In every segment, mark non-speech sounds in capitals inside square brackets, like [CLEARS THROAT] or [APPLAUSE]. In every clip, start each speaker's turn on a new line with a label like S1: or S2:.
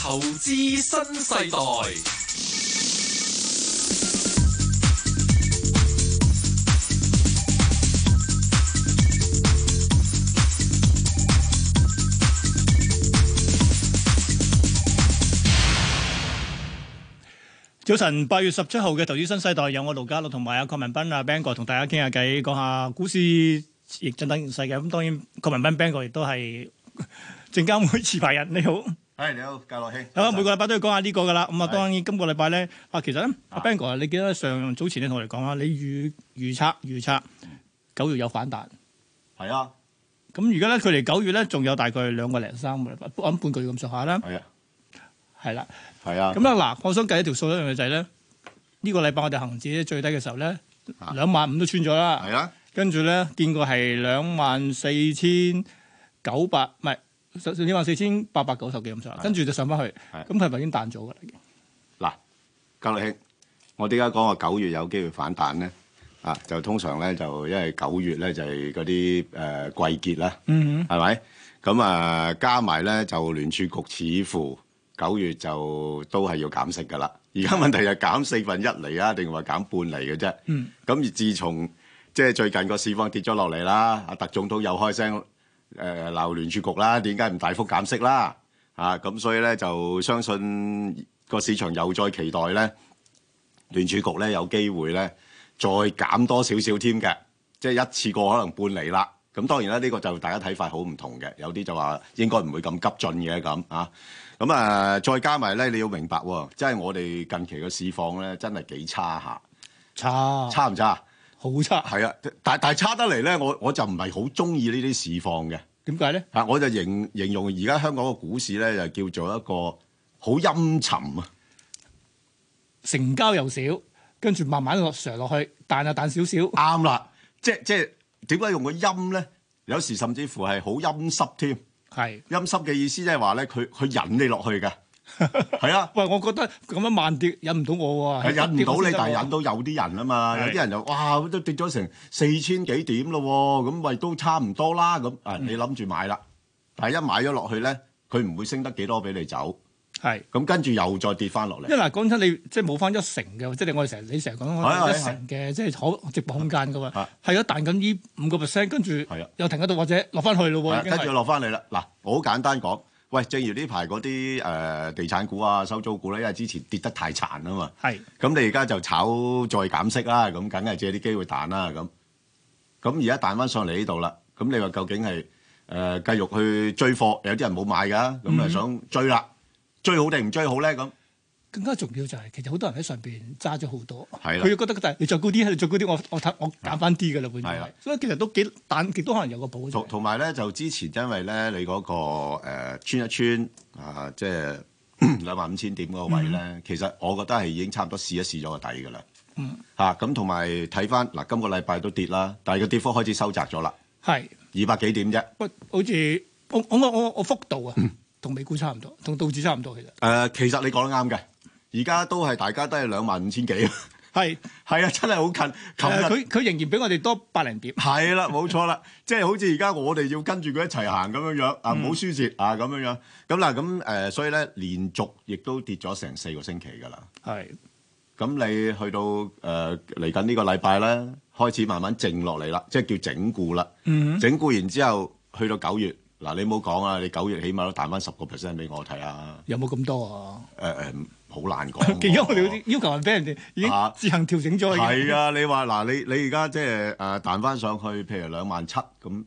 S1: 投資新世代，
S2: 早晨，八月十七號嘅投資新世代有我盧家樂同埋阿郭文斌啊 Bang 哥同大家傾下偈，講下股市疫震等形勢嘅。咁當然郭文斌 Bang 哥亦都係 [LAUGHS] 證監會持牌人，你好。
S3: 係你好，教樂兄。
S2: 好啦，每個禮拜都要講下呢個噶啦。咁啊，
S3: 係
S2: 當然今個禮拜咧，啊其實咧，阿
S3: 啊
S2: Bang 哥啊，你記得上早前你同我哋講啦，你預預測預測九月有反彈。
S3: 係啊，
S2: 咁而家咧，距離九月咧仲有大概兩個零三個禮拜，我諗半個月咁上下啦，
S3: 係啊，
S2: 係啦。
S3: 係啊。
S2: 咁啦，嗱，我想計一條數一樣嘢就係咧，呢個禮拜我哋恒指最低嘅時候咧，
S3: 啊
S2: 兩萬五都穿咗啦，
S3: 係啊，
S2: 跟住咧見過係兩萬四千九百，唔係兩萬四千八百九十幾咁上下，
S3: 係
S2: 跟住就上翻去，
S3: 係
S2: 咁佢咪已經彈咗㗎啦？
S3: 嗱，教樂兄，我點解講話九月有機會反彈咧？啊，就通常咧就因為九月咧就係嗰啲誒季結啦，
S2: 嗯
S3: 係咪？咁啊加埋咧就聯儲局似乎九月就都係要減息㗎啦。而家問題係減四分一嚟啊，定話減半嚟嘅啫。
S2: 嗯
S3: 咁而自從即係最近個市況跌咗落嚟啦，阿特總統又開聲誒鬧聯儲局啦，點解唔大幅減息啦？啊，咁所以咧就相信個市場又再期待咧聯儲局咧有機會咧再減多少少添嘅，即係一次過可能半釐啦。咁當然啦，呢、個就大家睇法好唔同嘅，有啲就話應該唔會咁急進嘅咁啊。咁啊，再加埋咧，你要明白喎，即係我哋近期嘅市況咧，真係幾差下，
S2: 差
S3: 差唔差啊？
S2: 好差，
S3: 係啊，但但係差得嚟咧，我我就唔係好中意呢啲市況嘅
S2: 點解咧？
S3: 嚇，我就形形容而家香港嘅股市咧，就叫做一個好陰沉 [LAUGHS] 啊，
S2: 成交又少，跟住慢慢落上落去，彈啊彈少少，
S3: 啱啦，即即係點解用個陰咧？有時甚至乎係好陰濕添，
S2: 係。
S3: 陰濕嘅意思即係話咧，佢佢引你
S2: [LAUGHS]
S3: 落去嘅，係啊。
S2: 喂，我覺得咁樣慢跌引唔到我喎，
S3: 係引唔到你，但係引
S2: 到
S3: 到有啲人啊嘛，
S2: 係
S3: 有啲人就哇都跌咗成四千幾點咯喎，咁咪都差唔多啦咁
S2: 嗯
S3: 啊！你諗住買啦，但係一買咗落去咧，佢唔會升得幾多俾你走，
S2: 係。
S3: 咁跟住又再跌翻落
S2: 因
S3: 嚟。
S2: 為嗱，講真，你即係冇翻一成嘅，即係你我哋成日你成日講我哋
S3: 係啊係
S2: 一成嘅，即係可直播空間噶嘛，
S3: 係
S2: 係啊，彈緊呢五個 percent，跟住
S3: 係啊
S2: 又停喺度或者落翻去咯喎，已經
S3: 跟住
S2: 係
S3: 落翻嚟啦。嗱，我好簡單講，喂，正如呢排嗰啲誒地產股啊、收租股咧，因為之前跌得太殘啊嘛，
S2: 係
S3: 咁你而家就炒再減息啦，咁梗係借啲機會彈啦，咁咁而家彈翻上嚟呢度啦，咁你話究竟係誒、呃、繼續去追貨？有啲人冇買㗎，咁啊
S2: 嗯
S3: 想追啦，追好定唔追好咧？咁
S2: 更加重要就係其實好多人喺上邊揸咗好多，
S3: 係啦
S2: 佢又覺得但係你再高啲，你再高啲，我我睇我減翻啲嘅啦，本
S3: 係啊
S2: 來
S3: 啦，
S2: 所以其實都幾彈極都可能有個保
S3: 同
S2: 障，
S3: 同埋咧就之前因為咧你嗰、個、呃、穿一穿啊，即係 [CLEARS THROAT] 兩萬五千點嗰個位咧，其實我覺得係已經差唔多試一試咗個底㗎啦。
S2: 嗯
S3: 嚇咁同埋睇翻嗱，今個禮拜都跌啦，但係個跌幅開始收窄咗啦，
S2: 係
S3: 二百幾點啫。
S2: 喂，好似我我我我我幅度啊，同美股差唔多，同道指差唔多其實
S3: 誒、呃其實你講得啱嘅，而家都係大家都係兩萬五千幾， [LAUGHS]
S2: 係
S3: 係啊，真係好近。琴
S2: 誒
S3: 日
S2: 啊佢佢仍然比我哋多百零點，
S3: 係啦，冇錯啦， [LAUGHS] 即係好似而家我哋要跟住佢一齊行咁樣樣啊，
S2: 嗯
S3: 唔好輸蝕啊咁樣樣。咁嗱，咁誒、呃所以咧連續亦都跌咗成四個星期㗎啦。
S2: 係
S3: 咁你去到誒嚟緊呢個禮拜咧，開始慢慢靜落嚟啦，即係叫整固啦。
S2: 嗯
S3: 整固完之後，去到九月嗱，你冇講啊，你九月起碼都彈翻十個 percent 俾我睇啊。
S2: 有冇咁多啊？
S3: 誒、誒，好、難講
S2: [LAUGHS]
S3: 喎。
S2: 而家我哋好似要求人俾人哋已經
S3: 啊
S2: 自行調整咗，已經
S3: 係啊，你話嗱，你你而家即係誒彈翻上去，譬如兩萬七咁，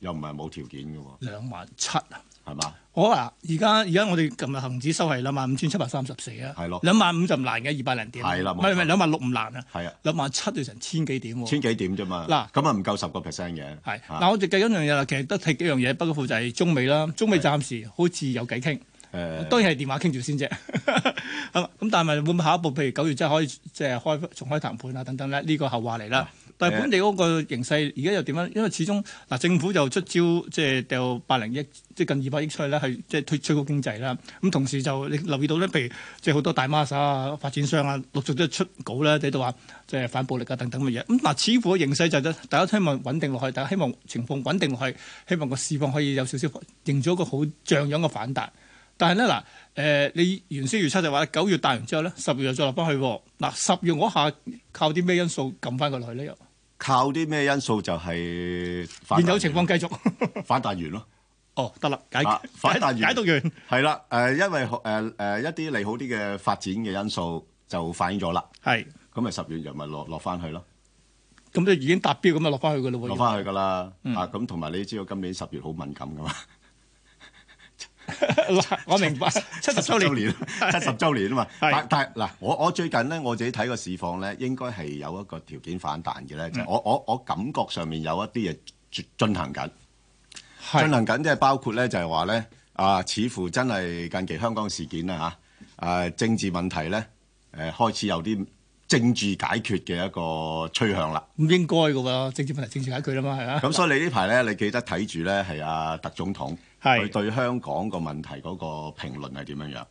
S3: 又唔係冇條件嘅喎，
S2: 兩萬七啊！
S3: 係嘛？
S2: 好啊，而家而家我哋琴日恒指收係兩萬五千七百三十四啊，
S3: 係咯
S2: 兩萬五就唔難嘅，二百零點，
S3: 係啦
S2: 唔
S3: 冇
S2: 係唔係
S3: 錯
S2: 兩萬六唔難啊，
S3: 係啊，
S2: 兩萬七就成千幾點喎。
S3: 千幾點啫嘛。
S2: 嗱
S3: 咁啊唔夠十個 percent 嘅。
S2: 係
S3: 啊
S2: 嗱，我哋計緊一樣嘢啦，其實得睇幾樣嘢，不過負就係中美啦，中美
S3: 係
S2: 暫時好似有偈傾，
S3: 誒
S2: 當然係電話傾住先啫。 [LAUGHS] 係嘛咁但係會唔會下一步，譬如九月真係可以即係開重開談判啊等等咧？呢個後話嚟
S3: 啊
S2: 啦。但係本地嗰個形勢而家又點樣？因為始終嗱，政府就出招，即係掉八零億，即係近二百億出去咧，係即係推推高經濟啦。咁同時就你留意到咧，譬如即係好多大孖沙啊、發展商啊，陸續都出稿咧，喺度話即係反暴力啊等等嘅嘢。咁嗱，似乎個形勢就係大家希望穩定落去，大家希望情況穩定落去，希望個市況可以有少少營造一個好像樣嘅反彈。但係咧嗱，誒、你原先預測就話九月大完之後咧，十月又再落翻去喎。嗱，十月嗰下靠啲咩因素撳翻佢落去咧？又
S3: 靠啲咩因素就係反彈
S2: 現有情況繼續。 [LAUGHS]
S3: 反彈完咯。
S2: 哦，得啦，解
S3: 啊反彈完
S2: 解解讀完。
S3: 係啦，誒、呃因為誒誒、一啲利好啲嘅發展嘅因素就反映咗啦，
S2: 係，
S3: 咁咪十月就咪落落翻去咯，
S2: 咁就已經達標，咁就落翻去噶咯喎。
S3: 落翻去噶啦，
S2: 嗯
S3: 啊咁同埋你知道今年十月好敏感噶嘛，
S2: 嗱， [LAUGHS] 我明白，七十周
S3: 周
S2: 年
S3: 年七十週年啊嘛，
S2: 係
S3: 但但係嗱，我我最近咧我自己睇個市況咧，應該係有一個條件反彈嘅
S2: 嗯
S3: 咧，就係我我我感覺上面有一啲嘢進進行緊。進
S2: 係
S3: 行緊，即係包括咧，就係話咧，啊，似乎真係近期香港事件啦嚇，啊，政治問題咧，誒、開始有啲政治解決嘅一個趨向啦。
S2: 唔應該嘅喎，政治問題政治解決啦嘛，係啊。
S3: 咁所以你呢排咧，你記得睇住咧，係阿特總統
S2: 係
S3: 佢對香港個問題嗰個評論係點樣樣？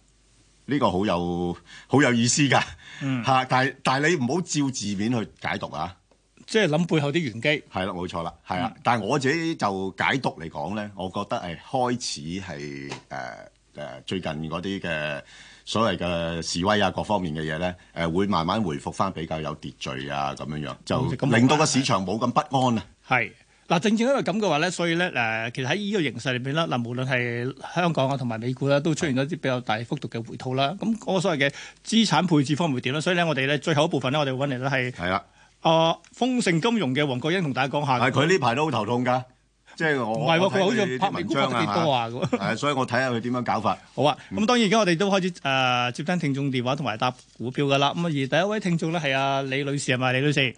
S3: 呢個好有好有意思㗎嚇、
S2: 嗯
S3: 但係但係你唔好照字面去解讀啊！
S2: 即係諗背後啲玄機。
S3: 係啦，冇錯啦，係
S2: 嗯
S3: 啊。但係我自己就解讀嚟講咧，我覺得係開始係誒誒最近嗰啲嘅所謂嘅示威啊，各方面嘅嘢咧，誒、會慢慢回復翻比較有秩序啊，咁樣樣
S2: 嗯
S3: 就
S2: 咁
S3: 令到個市場冇咁不安啊。
S2: 係嗱，正正因為咁嘅話咧，所以咧誒、其實喺呢個形勢裏邊啦，嗱，無論係香港啊同埋美股啦，都出現咗啲比較大幅度嘅回吐啦。咁嗰個所謂嘅資產配置方面會點咧？所以咧，我哋咧最後一部分咧，我哋揾嚟咧係
S3: 係啦，
S2: 啊豐盛金融嘅黃國英同大家講下。
S3: 但係佢呢排都好頭痛㗎，即係我
S2: 唔係
S3: 我
S2: 喎，
S3: 睇
S2: 佢好似
S3: 佢
S2: 拍
S3: 啲
S2: 美
S3: 文
S2: 股拍
S3: 章
S2: 得幾多
S3: 啊，嗯
S2: 啊
S4: [LAUGHS]
S2: 咁。 [LAUGHS]
S3: 係啊所以我睇下佢點樣搞法。
S2: 好啊，咁當然而家我哋都開始誒、呃接聽聽眾電話同埋答股票噶啦。咁啊，而第一位聽眾咧係阿李女士係咪？李女士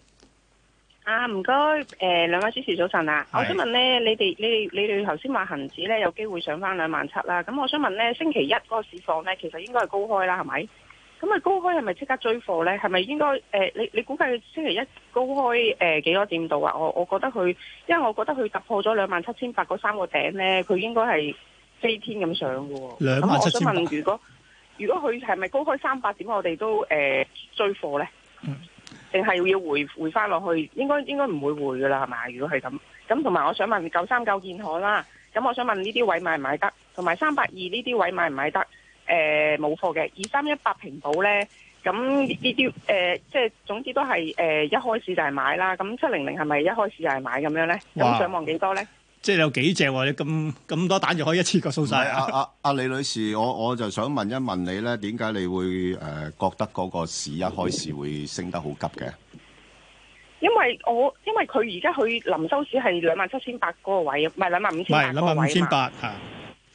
S4: 啊，唔該，誒、兩位主持早晨啊，
S2: 係
S4: 我想問咧，你哋你哋你哋頭先話恒指咧有機會上翻兩萬七啦，咁我想問咧，星期一嗰個市況咧，其實應該係高開啦，係咪？咁啊，高開係咪即刻追貨咧？係咪應該誒、你你估計佢星期一高開誒、幾多點度啊？我我覺得佢，因為我覺得佢突破咗兩萬七千八嗰三個頂咧，佢應該係飛天咁上嘅喎。咁我想
S2: 27,800
S4: 問，如果如果佢係咪高開三百點，我哋都誒、追貨咧？定係要回回翻落去？應該應該唔會回噶啦，係咪？如果係咁，咁同埋我想問九三九建行啦，咁我想問呢啲位買唔買得？同埋三百二呢啲位買唔買得？誒、冇貨嘅，二三一八平保呢，咁呢啲誒即係總之都係誒、呃一開始就係買啦。咁七零零係咪一開始就係買咁樣呢？
S2: 哇
S4: 咁上望幾多呢？
S2: 即係有幾隻喎？你咁咁多蛋就可以一次過掃
S3: 唔係
S2: 晒
S3: 啊啊啊李女士，我我就想問一問你咧，點解你會誒、覺得嗰個市一開始會升得好急嘅？
S4: 因為我因為佢而家佢臨收市係兩萬七千八嗰個位，唔係兩萬五
S2: 唔
S4: 千八
S2: 係
S4: 嗰
S2: 兩
S4: 個位
S2: 萬
S4: 啊
S2: 五
S4: 嘛
S2: 千八嚇。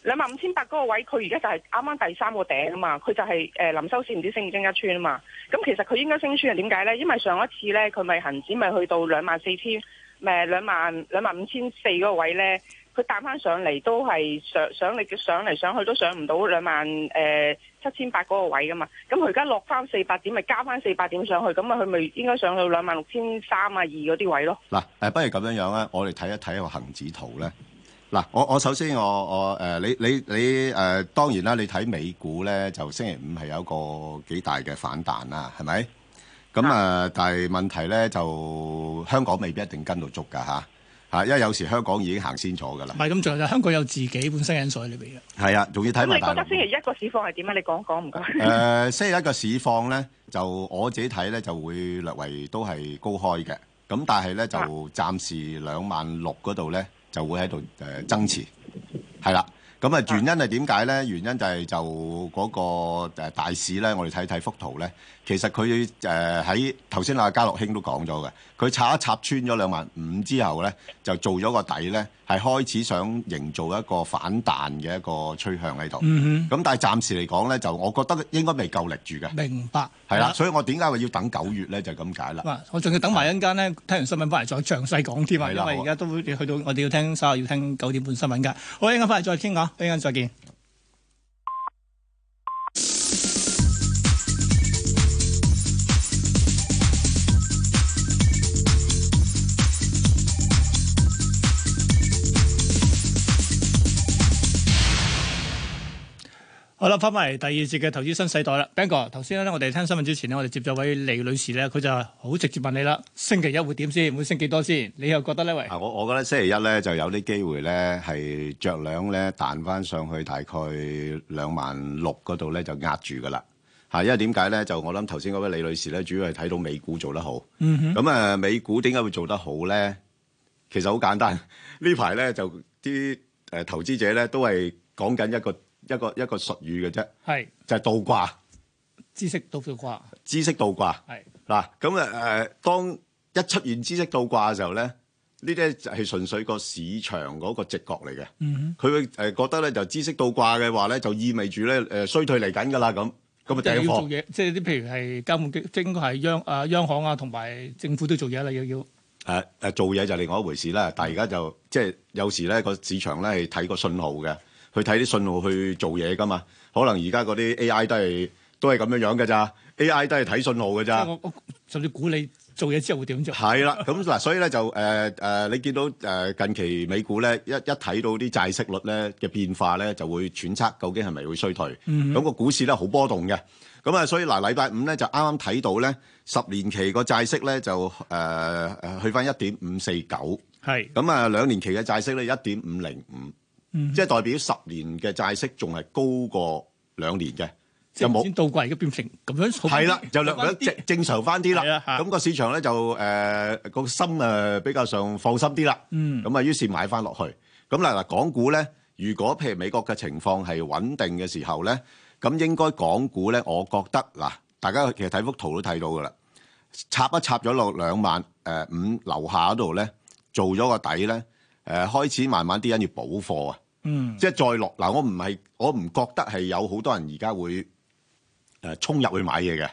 S4: 兩萬五千八嗰個位，佢而家就係啱啱第三個頂啊嘛，佢就係、誒、臨收市唔知升唔升一穿啊嘛。咁其實佢應該升穿係點解呢？因為上一次呢，佢咪恒指咪去到兩萬四千，誒兩萬兩萬五千四嗰個位呢，佢彈翻上嚟都係上上嚟上嚟上去都上唔到兩萬誒七千八嗰個位噶嘛。咁佢而家落翻四百點，咪加翻四百點上去，咁啊佢咪應該上到兩萬六千三啊二嗰啲位咯。
S3: 嗱，誒，不如咁樣樣啦，我哋睇一睇個恒指圖咧。嗱，我我首先我我誒、你你你誒、當然啦，你睇美股咧，就星期五係有一個幾大嘅反彈啦，係咪？咁啊，但係問題咧就香港未必一定跟到足㗎嚇嚇，因為有時香港已經行先咗㗎啦
S2: 唔。係咁，仲有就香港有自己本身因素喺裏邊嘅。
S3: 係啊，仲要睇
S4: 嗯咁
S3: 埋
S4: 你
S3: 大
S4: 覺
S3: 陸
S4: 得星期一個市況係點啊？你講講唔該。
S3: 誒、星期一個市況咧，就我自己睇咧就會略為都係高開嘅，咁但係咧就
S4: 啊
S3: 暫時兩萬六嗰度咧就會喺度誒增持，係啦。咁啊原因係點解咧？原因就係就嗰個誒大市咧，我哋睇睇幅圖咧，其實佢誒喺頭先阿家樂兄都講咗嘅，佢插一插穿咗兩萬五之後咧，就做咗個底咧，係開始想營造一個反彈嘅一個趨向喺度。
S2: 嗯
S3: 咁但係暫時嚟講咧，就我覺得應該未夠力住嘅，
S2: 哼，明白。
S3: 係啦，。所以我點解話要等九月咧？就係咁解啦。
S2: 哇！我仲要等埋一陣間咧，聽完新聞翻嚟再詳細講添啊，
S3: 係
S2: 因
S3: 啦
S2: 為
S3: 好啊
S2: 而家都會去到我哋要聽稍後要聽九點半新聞㗎。好，一陣間翻嚟再傾啊，一陣間再見。好好啦，翻返嚟第二節嘅投資新世代啦，Bang 哥，頭先咧我哋聽新聞之前咧，我哋接咗位李女士咧，佢就好直接問你啦，星期一會點先，會升幾多先？你又覺得呢？喂，
S3: 啊，我我覺得星期一咧就有啲機會咧係着兩咧彈翻上去大概兩萬六嗰度咧就壓住噶啦。啊嚇，因為點解咧？就我諗頭先嗰位李女士咧，主要係睇到美股做得好。
S2: 嗯
S3: 咁啊、美股點解會做得好咧？其實好簡單， [LAUGHS] 呢排咧就啲誒、呃投資者咧都係講緊一個一個一個術語嘅啫，
S2: 係
S3: 就係、倒掛，
S2: 知識到咗啩？
S3: 知識倒掛。
S2: 係
S3: 嗱，咁啊誒，當一出現知識倒掛嘅時候咧，呢啲就係純粹個市場嗰個直覺嚟嘅。
S2: 嗯
S3: 佢會誒覺得咧，就知識倒掛嘅話咧，就意味住咧誒衰退嚟緊㗎啦咁，咁啊
S2: 即係
S3: 掟
S2: 要做
S3: 貨。
S2: 嘢，即係啲譬如係監管機，即係應該係央啊央行啊，同埋政府都做嘢啦，要要
S3: 誒誒啊做嘢就另外一回事啦，但係而家就即係有時咧個市場咧係睇個信號嘅，去睇啲信號去做嘢㗎嘛。可能而家嗰啲 AI 都係都係咁樣樣㗎咋，AI 都係睇信號㗎
S2: 即
S3: 咋
S2: 係。我我甚至估你做嘢之後會點做？
S3: 係啦，咁嗱，所以咧就誒誒、呃你見到誒、呃近期美股咧一一睇到啲債息率咧嘅變化咧，就會揣測究竟係咪會衰退。咁、個股市咧好波動嘅。咁啊，所以嗱，禮拜五咧就啱啱睇到咧十年期個債息咧就誒、呃去翻一點五四九，
S2: 係
S3: 咁啊兩年期嘅債息咧一點五零五，
S2: 嗯
S3: 即係代表十年嘅債息仲係高過兩年嘅，
S2: 即
S3: 就
S2: 係
S3: 冇
S2: 先倒掛而家變成咁樣好啲，
S3: 係啦，就略
S2: 好
S3: 略
S2: 翻啲
S3: 正正常翻啲
S2: 係
S3: 啦
S2: 啦。嚇
S3: 咁個市場咧就誒個心誒比較上放心啲啦。
S2: 嗯
S3: 咁啊，於是買翻落去。咁嗱嗱，港股咧，如果譬如美國嘅情況係穩定嘅時候咧，咁應該港股咧，我覺得嗱，大家其實睇幅圖都睇到噶啦，插一插咗落兩萬誒五樓下嗰度咧，做咗個底咧，誒開始慢慢啲人要補貨啊。
S2: 嗯
S3: 即係再落嗱，我唔係我唔覺得係有好多人而家會誒、呃、衝入去買嘢嘅，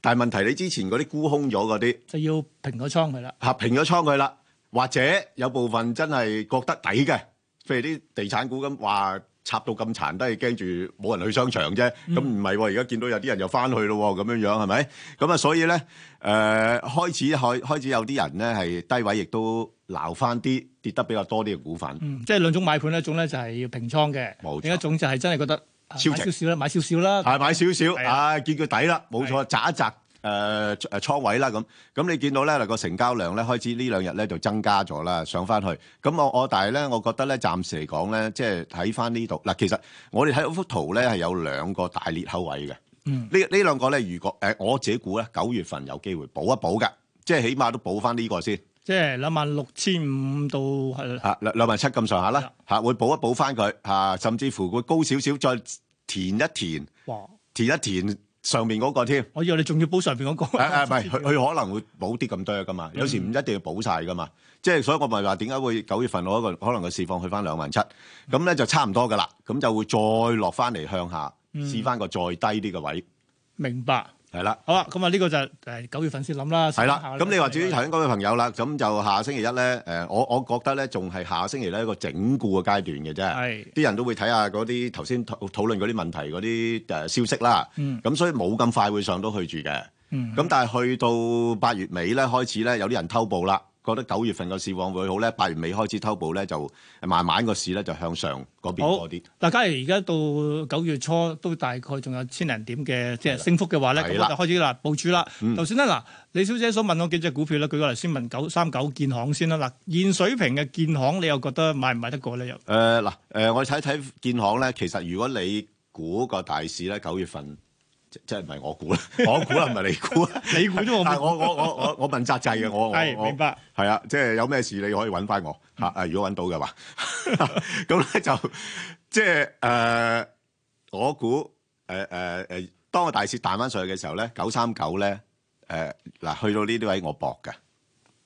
S3: 但係問題你之前嗰啲沽空咗嗰啲
S2: 就要平咗倉佢啦。
S3: 合平咗倉佢啦，或者有部分真係覺得抵嘅，譬如啲地產股咁話插到咁殘都係驚住冇人去商場啫，咁唔係喎，而家見到有啲人又翻去咯喎，咁樣樣係咪？咁啊，所以咧誒、呃、開始開開始有啲人咧係低位亦都鬧翻啲跌得比較多啲嘅股份。
S2: 嗯，即係兩種買盤咧，一種咧就係要平倉嘅，
S3: 冇錯
S2: 另一種就係真係覺得啊
S3: 超
S2: 買少
S3: 值
S2: 少啦，買少少啦。
S3: 係買少少，
S2: 係啊
S3: 啊見佢底啦，冇錯，擲一擲誒誒倉位啦咁。咁你見到咧嗱個成交量咧開始呢兩日咧就增加咗啦，上翻去。咁我我但係咧，我覺得咧暫時嚟講咧，即係睇翻呢度嗱，其實我哋睇到幅圖咧係有兩個大裂口位嘅。
S2: 嗯
S3: 呢呢兩個咧，如果誒、我自己估咧，九月份有機會補一補㗎，即係起碼都補翻呢個先。
S2: 即係兩萬六千五到係
S3: 嚇兩兩萬七咁上下啦，嚇會補一補翻佢嚇，甚至乎會高少少再填一填，
S2: 哇！
S3: 填一填上面嗰個添。
S2: 我以為你仲要補上邊嗰個。
S3: 誒啊 [LAUGHS] 誒，唔
S2: [LAUGHS]
S3: 係佢佢可能會補啲咁多噶嘛，有時唔一定要補晒噶嘛，即係所以我咪話點解會九月份我一個可能個市況去翻兩萬七，咁咧就差唔多噶啦，咁就會再落翻嚟向下試翻個再低啲嘅位，
S2: 明白。
S3: 係啦。
S2: 好啦，咁啊呢個就誒九月份先諗啦。
S3: 係啦
S2: 先考，慮
S3: 咁你話至於頭先嗰位朋友啦，咁就下星期一咧，誒、我我覺得咧，仲係下星期咧一個整固嘅階段
S2: 係
S3: 嘅啫，啲人都會睇下嗰啲頭先討討論嗰啲問題嗰啲誒消息啦，
S2: 嗯
S3: 咁、所以冇咁快會上到去住嘅，咁、
S2: 嗯
S3: 但係去到八月尾咧開始咧有啲人偷步啦，覺得九月份個市況會好咧，八月尾開始偷步咧就慢慢個市咧就向上嗰邊
S2: 好
S3: 多啲。
S2: 嗱，假如而家到九月初都大概仲有千零點嘅即係升幅嘅話咧，咁
S3: 係
S2: 我
S3: 啦
S2: 就開始啦部署啦。
S3: 嗯
S2: 頭先咧嗱，李小姐所問我幾隻股票咧，舉個例先問九三九建行先啦。嗱，現水平嘅建行，你又覺得買唔買得過咧？又
S3: 誒嗱誒，我睇睇建行咧，其實如果你估個大市咧，九月份即即係唔係我估啦，我估啦，唔係你估啦。
S2: 你估咗我
S3: [LAUGHS] 但係
S2: 冇？
S3: 我我我我我問責制嘅，我我
S2: 係
S3: 哦我
S2: 明白。
S3: 係啊，即係有咩事你可以揾翻我
S2: 嗯
S3: 嚇啊！如果揾到嘅話， [LAUGHS] 咁咧就即係誒，我估誒誒誒，當個大市彈翻上去嘅時候咧，九三九咧誒嗱，去到呢啲位我搏嘅。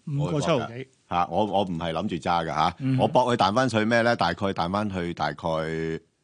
S2: 五個七毫幾。
S3: 嚇、我我唔係諗住揸㗎嚇，
S2: 嗯
S3: 我搏佢彈翻去咩咧？大概彈翻去大概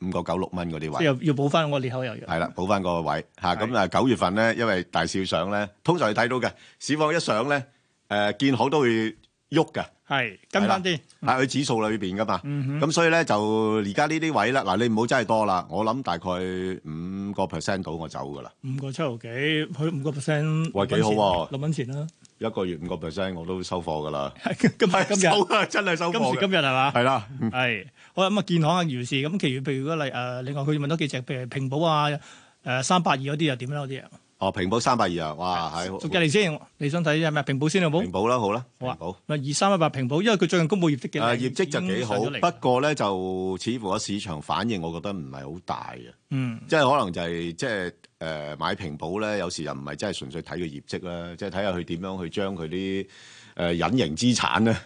S3: 五個九六蚊嗰啲
S2: 即係
S3: 位，
S2: 又要補翻我裂口又要。
S3: 係啦，補翻個位嚇。
S2: 係
S3: 咁啊九月份咧，因為大市要上咧，通常你睇到嘅市況一上咧，誒、見好都會喐㗎，
S2: 係跟翻啲，
S3: 喺啊佢指數裏邊㗎嘛。
S2: 嗯
S3: 咁、所以咧就而家呢啲位啦，嗱你唔好真係多啦，我諗大概五個 percent 到我走㗎啦。
S2: 五個七毫幾，佢五個 percent。
S3: 喂幾好喎啊
S2: 六蚊錢啦， [LAUGHS]
S3: 一個月五個 percent 我都收貨㗎啦，
S2: 今今日今
S3: [LAUGHS] 收
S2: 日
S3: 啊，真係收
S2: 今
S3: 貨
S2: 時今
S3: 嘅，
S2: 日係嘛？
S3: 係啦，嗯
S2: 係好啦，咁啊建行啊如是，咁其餘譬如嗰例誒，另外佢問多幾隻，譬如平保啊、誒三百二嗰啲又點咧？嗰啲啊，
S3: 哦，平保三百二啊，哇，係
S2: 逐隻嚟先，你想睇係咪平保先好冇
S3: 平？保啦，好啦，
S2: 好啊
S3: 平保。
S2: 咪二三一八平保，因為佢最近公布業績嘅，
S3: 啊，業績就幾好，
S2: 已經上咗嚟
S3: 不過咧就似乎個市場反應，我覺得唔係好大嘅，
S2: 嗯
S3: 即係可能就係即係誒買平保咧，有時又唔係真係純粹睇佢業績啦，即係睇下佢點樣去將佢啲誒隱形資產咧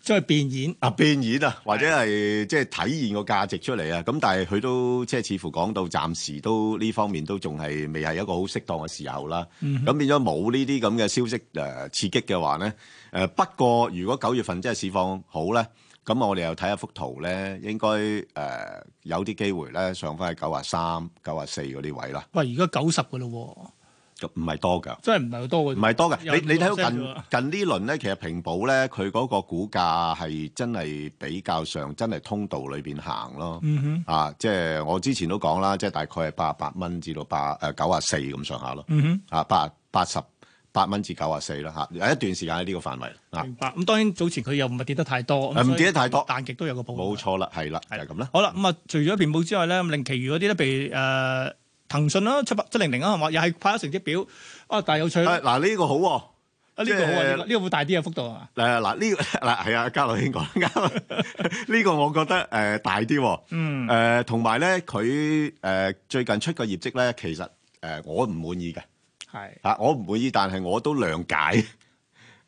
S2: 即係變現。
S3: 啊變現啊，或者係即係體現個價值出嚟啊。咁但係佢都即係似乎講到暫時都呢方面都仲係未係一個好適當嘅時候啦。咁變咗冇呢啲咁嘅消息誒、呃刺激嘅話咧，誒、不過如果九月份真係市況好咧，咁我哋又睇下幅圖咧，應該誒、呃有啲機會咧上翻去九啊三、九啊四嗰啲位啦，
S2: 喂，而家九十嘅咯
S3: 咁唔係多㗎。
S2: 喎，真係唔係好多嘅。
S3: 唔係多啊嘅，
S2: 有
S3: 你你睇
S2: 5%
S3: 到近
S2: 啫
S3: 近呢輪咧，其實平保咧佢嗰個股價係真係比較上真係通道裏邊行咯，
S2: 嗯
S3: 啊，即係我之前都講啦，即係大概係八十八蚊至到八誒九啊四咁上下咯，
S2: 哼，嗯
S3: 啊八八十八蚊至九啊四啦嚇，有一段時間喺呢個範圍
S2: 哼，
S3: 啊，
S2: 明白。咁當然早前佢又唔係跌得太多，
S3: 誒唔跌得太多，
S2: 但極都有個保護
S3: 冇。錯啦，係啦，就係咁啦。
S2: 好啦，咁啊，除咗平保之外咧，咁另其餘嗰啲咧，譬如誒騰訊啦，七百七零零啊，係嘛，又係派咗成績表啊，但係有趣啦
S3: 啊嗱呢個好喎。
S2: 啊，呢個好啊，
S3: 即
S2: 呢
S3: 係
S2: 個呢個會大啲嘅幅度啊係嘛？
S3: 誒嗱呢個 [LAUGHS] 嗱係啊，嘉樂兄講得 [LAUGHS] 啱，啊呢個我覺得誒、大啲喎。
S2: 嗯
S3: 誒同埋咧，佢誒、最近出個業績咧，其實誒、我唔滿意嘅
S2: 係，
S3: 嚇、我唔滿意，但係我都諒
S2: [LAUGHS]
S3: 解。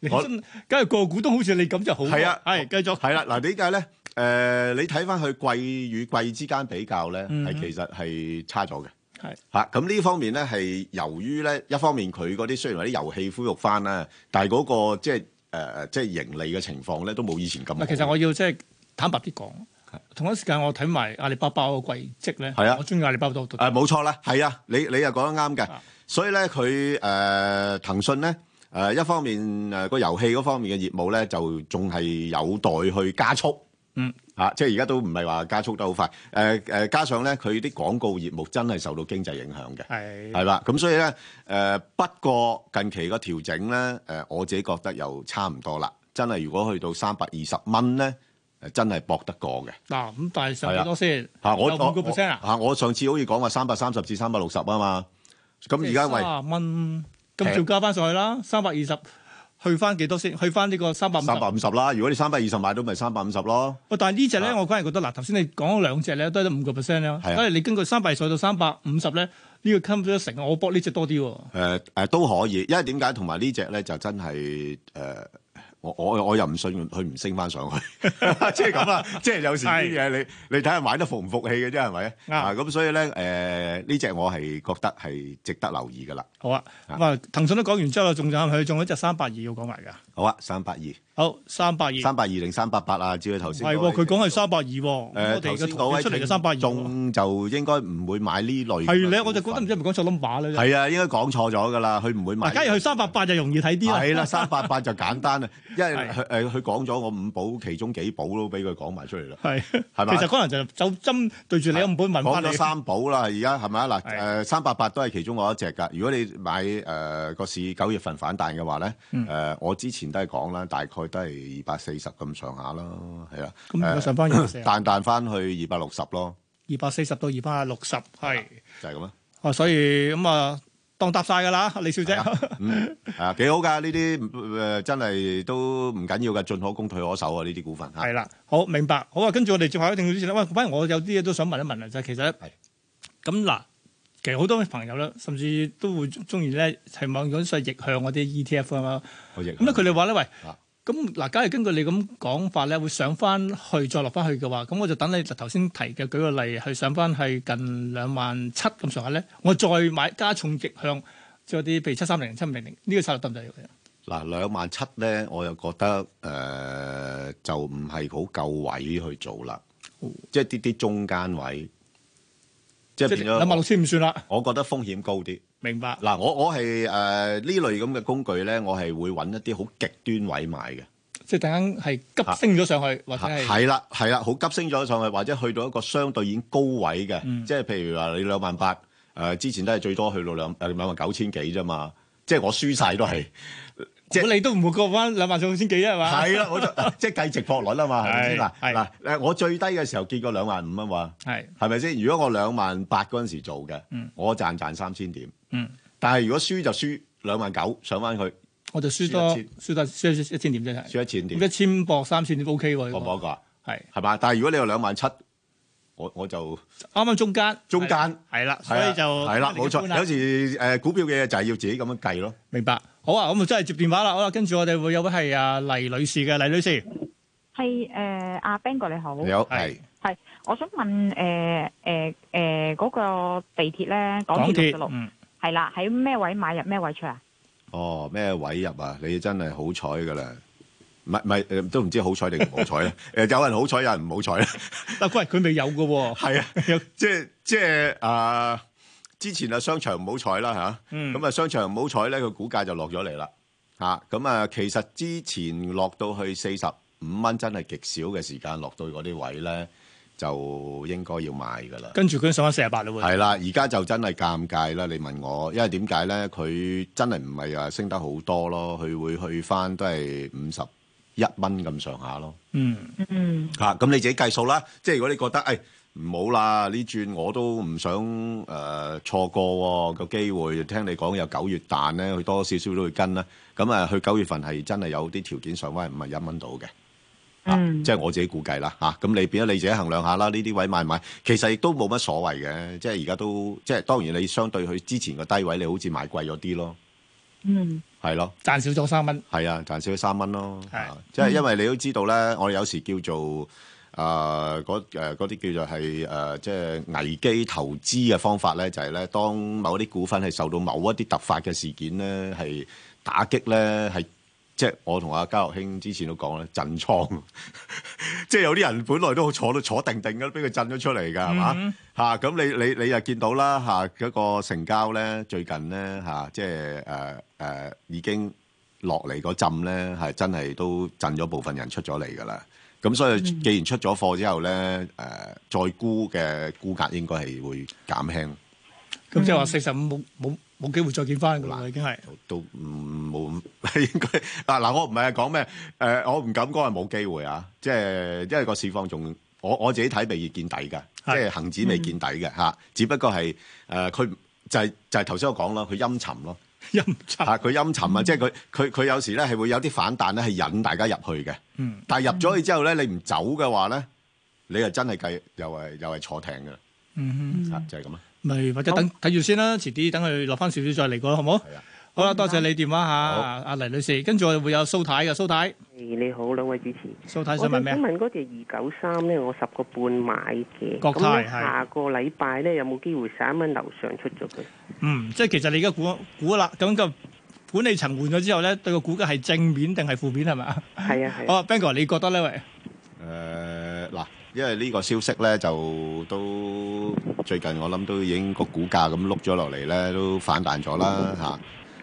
S2: 你
S3: 我
S2: 真梗係個股都好似你咁就好喎。
S3: 係啊
S2: 係繼續。
S3: 係啦，嗱點解咧？誒、你睇翻佢季與季之間比較咧，係、
S2: 嗯哼
S3: 其實係差咗嘅。
S2: 係
S3: 嚇，咁呢方面咧係由於咧一方面佢嗰啲雖然話啲遊戲恢復翻啦，但係嗰、個即係誒誒即係盈利嘅情況咧都冇以前咁好。
S2: 嗱，其實我要即係坦白啲講，同一時間我睇埋阿里巴巴個季績咧，
S3: 係啊
S2: 我中意阿里巴巴多好多。
S3: 誒冇錯啦，係啊，你你又講得啱嘅
S2: 啊。
S3: 所以咧，佢誒騰訊咧誒一方面誒個遊戲嗰方面嘅業務咧，就仲係有待去加速。
S2: 嗯，
S3: 啊，即係而家都唔係話加速得好快。誒、誒、加上咧佢啲廣告業務真係受到經濟影響嘅。
S2: 係
S3: 係啦，咁所以咧，誒、不過近期個調整咧，誒、我自己覺得又差唔多啦。真係如果去到三百二十蚊咧，誒真係搏得過嘅。
S2: 嗱，咁但係上
S3: 係啊
S2: 幾多先？
S3: 嚇我
S2: 有
S3: 我
S2: 五個 percent 啊，
S3: 嚇我上次好似講話三百三十至三百六十啊嘛，咁而家喂
S2: 三蚊，
S3: 平
S2: 咁照加翻上去啦，三百二十去翻幾多先？去翻呢個三百五十
S3: 三。百五十啦，如果你三百二十買到咪三百五十咯，
S2: 喂，但係呢只咧，
S3: 啊
S2: 我反而覺得嗱，頭先你講咗兩隻咧，都係得五個 percent 咧，
S3: 係啊
S2: 所以你根據三百二十到三百五十咧，呢個 c o m p 成，我搏呢只多啲喎。
S3: 誒、誒、都可以，因為點解同埋呢只咧就真係誒、我我我又唔信佢唔升翻上去，
S2: [LAUGHS]
S3: [LAUGHS] 即係咁啦，即係有時啲嘢你你睇下買得服唔服氣嘅啫，係咪？
S2: 啱
S3: 啊，咁所以咧誒呢只我係覺得係值得留意噶啦。
S2: 好啊，咁啊，騰訊都講完之後啦，仲有佢仲有一隻三百二要講埋㗎。
S3: 好啊，三百二、
S2: 好，三百二。
S3: 三百二定三百八啊，照佢頭先
S2: 係
S3: 嗰
S2: 喎，
S3: 位。
S2: 佢講係三百二喎，我
S3: 誒
S2: 哋
S3: 呃頭
S2: 嘅
S3: 先嗰
S2: 圖
S3: 位
S2: 出嚟嘅三百二喎，
S3: 仲就應該唔會買呢類。
S2: 係咧，我就覺得唔知係咪講錯 number 咧。
S3: 係啊，應該講錯咗㗎啦，佢唔會買。
S2: 嗱，假如去三百八就容易睇啲啦。
S3: 係啦，三八八就
S2: [LAUGHS]
S3: 簡單啦，因為
S2: 係
S3: 佢誒佢講咗我五寶其中幾寶都俾佢講埋出嚟啦，
S2: 係，
S3: 係嘛
S2: 其實可能就就針對住你我唔本問
S3: 講
S2: 翻你
S3: 咗。三寶啦，而家係咪啊？嗱
S2: 係
S3: 誒三八八都係其中我一隻㗎。如果你買誒個市九月份反彈嘅話咧，
S2: 嗯
S3: 誒我之前都係講啦，大概都係二百四十咁上下啦，係啊。
S2: 咁如果
S3: 誒
S2: 上翻二百四，
S3: [COUGHS] 彈彈翻去二百六十咯，
S2: 二百四十到二百六十，係
S3: 就係咁啦。
S2: 啊，所以咁啊，當搭晒㗎啦， [LAUGHS] 李小姐。
S3: 嗯，啊幾好㗎，呢啲誒真係都唔緊要㗎，進可攻退可守啊，呢啲股份嚇。
S2: 係啦，好明白，好啊。跟住我哋接下一定要之前咧，喂，反而我有啲嘢都想問一問啊，就係、其實咧
S3: 係
S2: 咁嗱，其實好多朋友咧，甚至都會中意咧係望緊所謂逆向嗰啲 ETF 啊嘛。
S3: 我亦
S2: 咁咧佢哋話咧，喂
S3: 啊，
S2: 咁嗱，假如根據你咁講法咧，會上翻去再落翻去嘅話，咁我就等你頭先提嘅舉個例，去上翻去近兩萬七咁上下咧，我再買加重逆向。即係嗰啲，譬如七三零零、七五零零，呢個策略得唔得嘅？
S3: 嗱，兩萬七咧，我又覺得誒、呃就唔係好夠位去做啦，即係啲啲中間位，
S2: 即
S3: 即係
S2: 係
S3: 變
S2: 兩萬六
S3: 咗。
S2: 千唔算啦，
S3: 我覺得風險高啲。
S2: 明白。
S3: 嗱，我我係誒呢類咁嘅工具咧，我係會揾一啲好極端位買嘅，
S2: 即係突然間係急升咗上去，或者係
S3: 啊係啦係啦，好急升咗上去，或者去到一個相對已經高位
S2: 嗯
S3: 嘅，即係譬如話你兩萬八誒，之前都係最多去到兩誒兩萬九千幾啫嘛，即即係我輸晒都係。即係
S2: 咁你都唔會過翻兩萬九千幾啊係嘛？
S3: 係啦，
S2: [LAUGHS]
S3: 我就即係計值博率啊嘛，係咪先嗱
S2: 係
S3: 嗱誒？我最低嘅時候見過兩萬五啊嘛，
S2: 係
S3: 係咪先？如果我兩萬八嗰陣時做嘅
S2: 嗯，
S3: 我賺賺三千點，
S2: 嗯，
S3: 但係如果輸就輸兩萬九上翻去，
S2: 我就輸多
S3: 輸一千
S2: 輸多輸一千點啫係。
S3: 輸一千
S2: 咁一
S3: 點，
S2: 千博三千點 O K 喎，
S3: 我
S2: 呢個
S3: 冇一個啊，
S2: 係
S3: 係嘛？但係如果你有兩萬七，我我就
S2: 啱啱中間，
S3: 中間
S2: 係啦，所
S3: 係啊
S2: 以就
S3: 係啦，冇錯。有時誒股票嘅嘢就係要自己咁樣計咯。
S2: 明白。好啊，咁啊真係接電話啦。好啦，跟住我哋會有位係啊黎女士嘅，黎女士
S5: 係誒，呃阿 Ben 哥你好，
S3: 你好，
S2: 係
S3: 係
S5: 我想問誒誒誒嗰個地鐵咧，港
S6: 啊
S5: 鐵六十
S2: 鐵
S5: 六
S2: 嗯
S5: 係啦，喺咩位買入咩位出啊？
S3: 哦，咩位入啊？你真係好彩噶啦！唔係唔係誒都唔知好彩定唔好彩
S2: [LAUGHS]
S3: 咧。誒有人好彩，有人唔好彩咧。
S2: 啊，喂，佢未有嘅喎，
S3: 係啊，即係即係啊！之前啊，商場唔好彩啦吓，
S2: 嗯
S3: 咁啊商場唔好彩咧，佢股價就落咗嚟啦嚇。咁啊，其實之前落到去四十五蚊，真係極少嘅時間落到嗰啲位咧，就應該要買噶啦。
S2: 跟住佢上咗四十八啦喎，
S3: 係啦，而家就真係尷尬啦！你問我，因為點解咧？佢真係唔係話升得好多咯，佢會去翻都係五十一蚊咁上下咯。
S2: 嗯，
S5: 嗯，
S3: 嚇、咁你自己計數啦。即係如果你覺得誒唔好啦，呢轉我都唔想誒、呃、錯過喎、個機會。聽你講有九月彈咧，佢多少少都會跟啦。咁啊，去九月份係真係有啲條件上翻五十一蚊到嘅。啊
S5: 嗯
S3: 即係我自己估計啦嚇。咁、你變咗你自己衡量下啦，呢啲位買唔買？其實亦都冇乜所謂嘅，即係而家都即係當然你相對佢之前個低位，你好似買貴咗啲咯，
S5: 嗯
S3: 係咯，
S2: 賺少咗三蚊，
S3: 係啊，賺少咗三蚊咯，
S2: 係
S3: 啊即係因為你都知道咧，我哋有時叫做啊嗰誒嗰啲叫做係誒、呃即係危機投資嘅方法咧，就係、咧，當某啲股份係受到某一啲突發嘅事件咧係打擊咧係。即係我同阿嘉樂兄之前都講啦，震倉， [LAUGHS] 即係有啲人本來都坐到坐定定嘅，俾佢震咗出嚟㗎，係嘛、嚇咁、你你你又見到啦嚇，嗰、個成交咧最近咧嚇、即係誒誒已經落嚟嗰陣咧係真係都震咗部分人出咗嚟㗎啦。咁所以既然出咗貨之後咧，誒、再沽嘅沽壓應該係會減輕。
S2: 咁
S3: 嗯
S2: 即係話四十五冇冇冇機會再見翻㗎啦，已經係。
S3: 都唔冇 [LAUGHS] 應該嗱嗱，我唔係啊講咩誒，我唔敢講係冇機會啊，即係因為個市況仲我我自己睇未見底嘅，即
S2: 係
S3: 係恒指未見底嘅嚇，只不過係誒佢唔就係、就係頭先我講啦，佢陰沉咯
S2: 陰沉，
S3: 嚇，佢陰
S2: 嗯
S3: 沉啊，即係佢佢佢有時咧係會有啲反彈咧係引大家入去嘅，
S2: 嗯，
S3: 但係入咗去之後咧你唔走嘅話咧，你就真係計又係又係坐艇嘅啦，
S2: 嗯
S3: 嚇、就係咁啦。
S2: 哼，咪或者等睇住先啦，遲啲等佢落翻少少再嚟過啦，好唔好
S3: 係啊？
S2: 好啦，多謝你電話嚇，
S3: 好
S2: 阿阿黎女士，跟住我哋會有蘇太嘅，蘇太，
S6: 你好，兩位主持。
S2: 蘇太
S6: 我
S2: 想問
S6: 想
S2: 咩啊？
S6: 問嗰隻二九三咧，我十個半買嘅，
S2: 國
S6: 咁
S2: 泰
S6: 咧
S2: 係
S6: 下個禮拜咧有冇機會十一蚊樓上出咗佢？
S2: 嗯，即係其實你而家估估啦，咁個管理層換咗之後咧，對個股價係正面定係負面係咪啊？
S6: 係啊係
S2: 好
S6: 啊，
S2: 啊，Bang 哥，你覺得咧？喂，
S3: 誒呃嗱、因為呢個消息咧就都最近我諗都已經個股價咁碌咗落嚟咧，都反彈咗啦嚇。誒、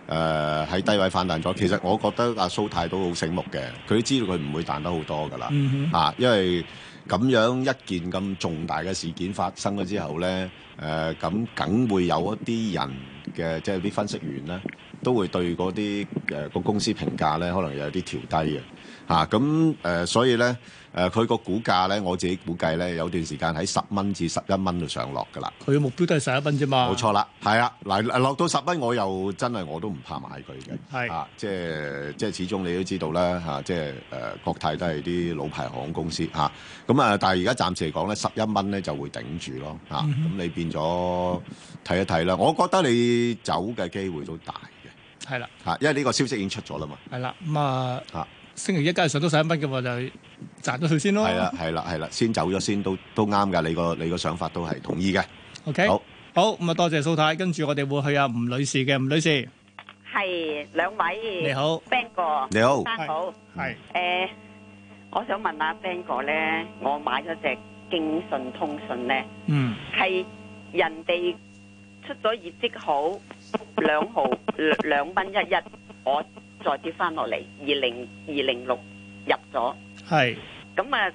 S3: 喺低位反彈咗，其實我覺得阿蘇太都好醒目嘅，佢都知道佢唔會彈得好多噶啦。
S2: 嗯
S3: 啊，因為咁樣一件咁重大嘅事件發生咗之後呢，誒咁梗會有一啲人嘅，即係啲分析員呢，都會對嗰啲誒個公司評價呢，可能有啲調低嘅嚇。咁、誒、所以呢，誒佢個股價呢，我自己估計呢，有段時間喺十蚊至十一蚊度上落㗎啦。
S2: 哼，佢嘅目標都係十一蚊啫嘛。
S3: 冇錯啦，係啊，嗱落到十蚊，我又真係我都唔怕買佢嘅，
S2: 係
S3: 啊，即係即係始終你都知道啦嚇、即係誒、呃、國泰都係啲老牌航空公司嚇，咁啊，但係而家暫時嚟講咧，十一蚊咧就會頂住咯嚇，咁、
S2: 嗯
S3: 你變咗睇一睇啦，我覺得你走嘅機會都大嘅
S2: 係啦，
S3: 嚇、因為呢個消息已經出咗啦嘛，
S2: 係啦，咁啊
S3: 啊，
S2: 星期一梗係上到十一蚊嘅嘛，就賺咗佢先咯。
S3: 係啦係啦係啦，先走咗先都都啱㗎，你個你個想法都係同意嘅，
S2: ，OK，
S3: 好
S2: 好咁啊，多謝蘇太，跟住我哋會去阿吳女士嘅，吳女士
S7: 係兩位，
S2: 你好，
S7: ，Ben 哥，
S3: 你好，
S7: 生好。
S2: 係
S7: 誒，我想問下 Ben 哥咧，我買咗隻京信通訊咧，
S2: 嗯
S7: 係人哋出咗業績好，兩毫兩兩蚊一一，我再跌翻落嚟二零二零六入咗，
S2: 係
S7: 咁啊，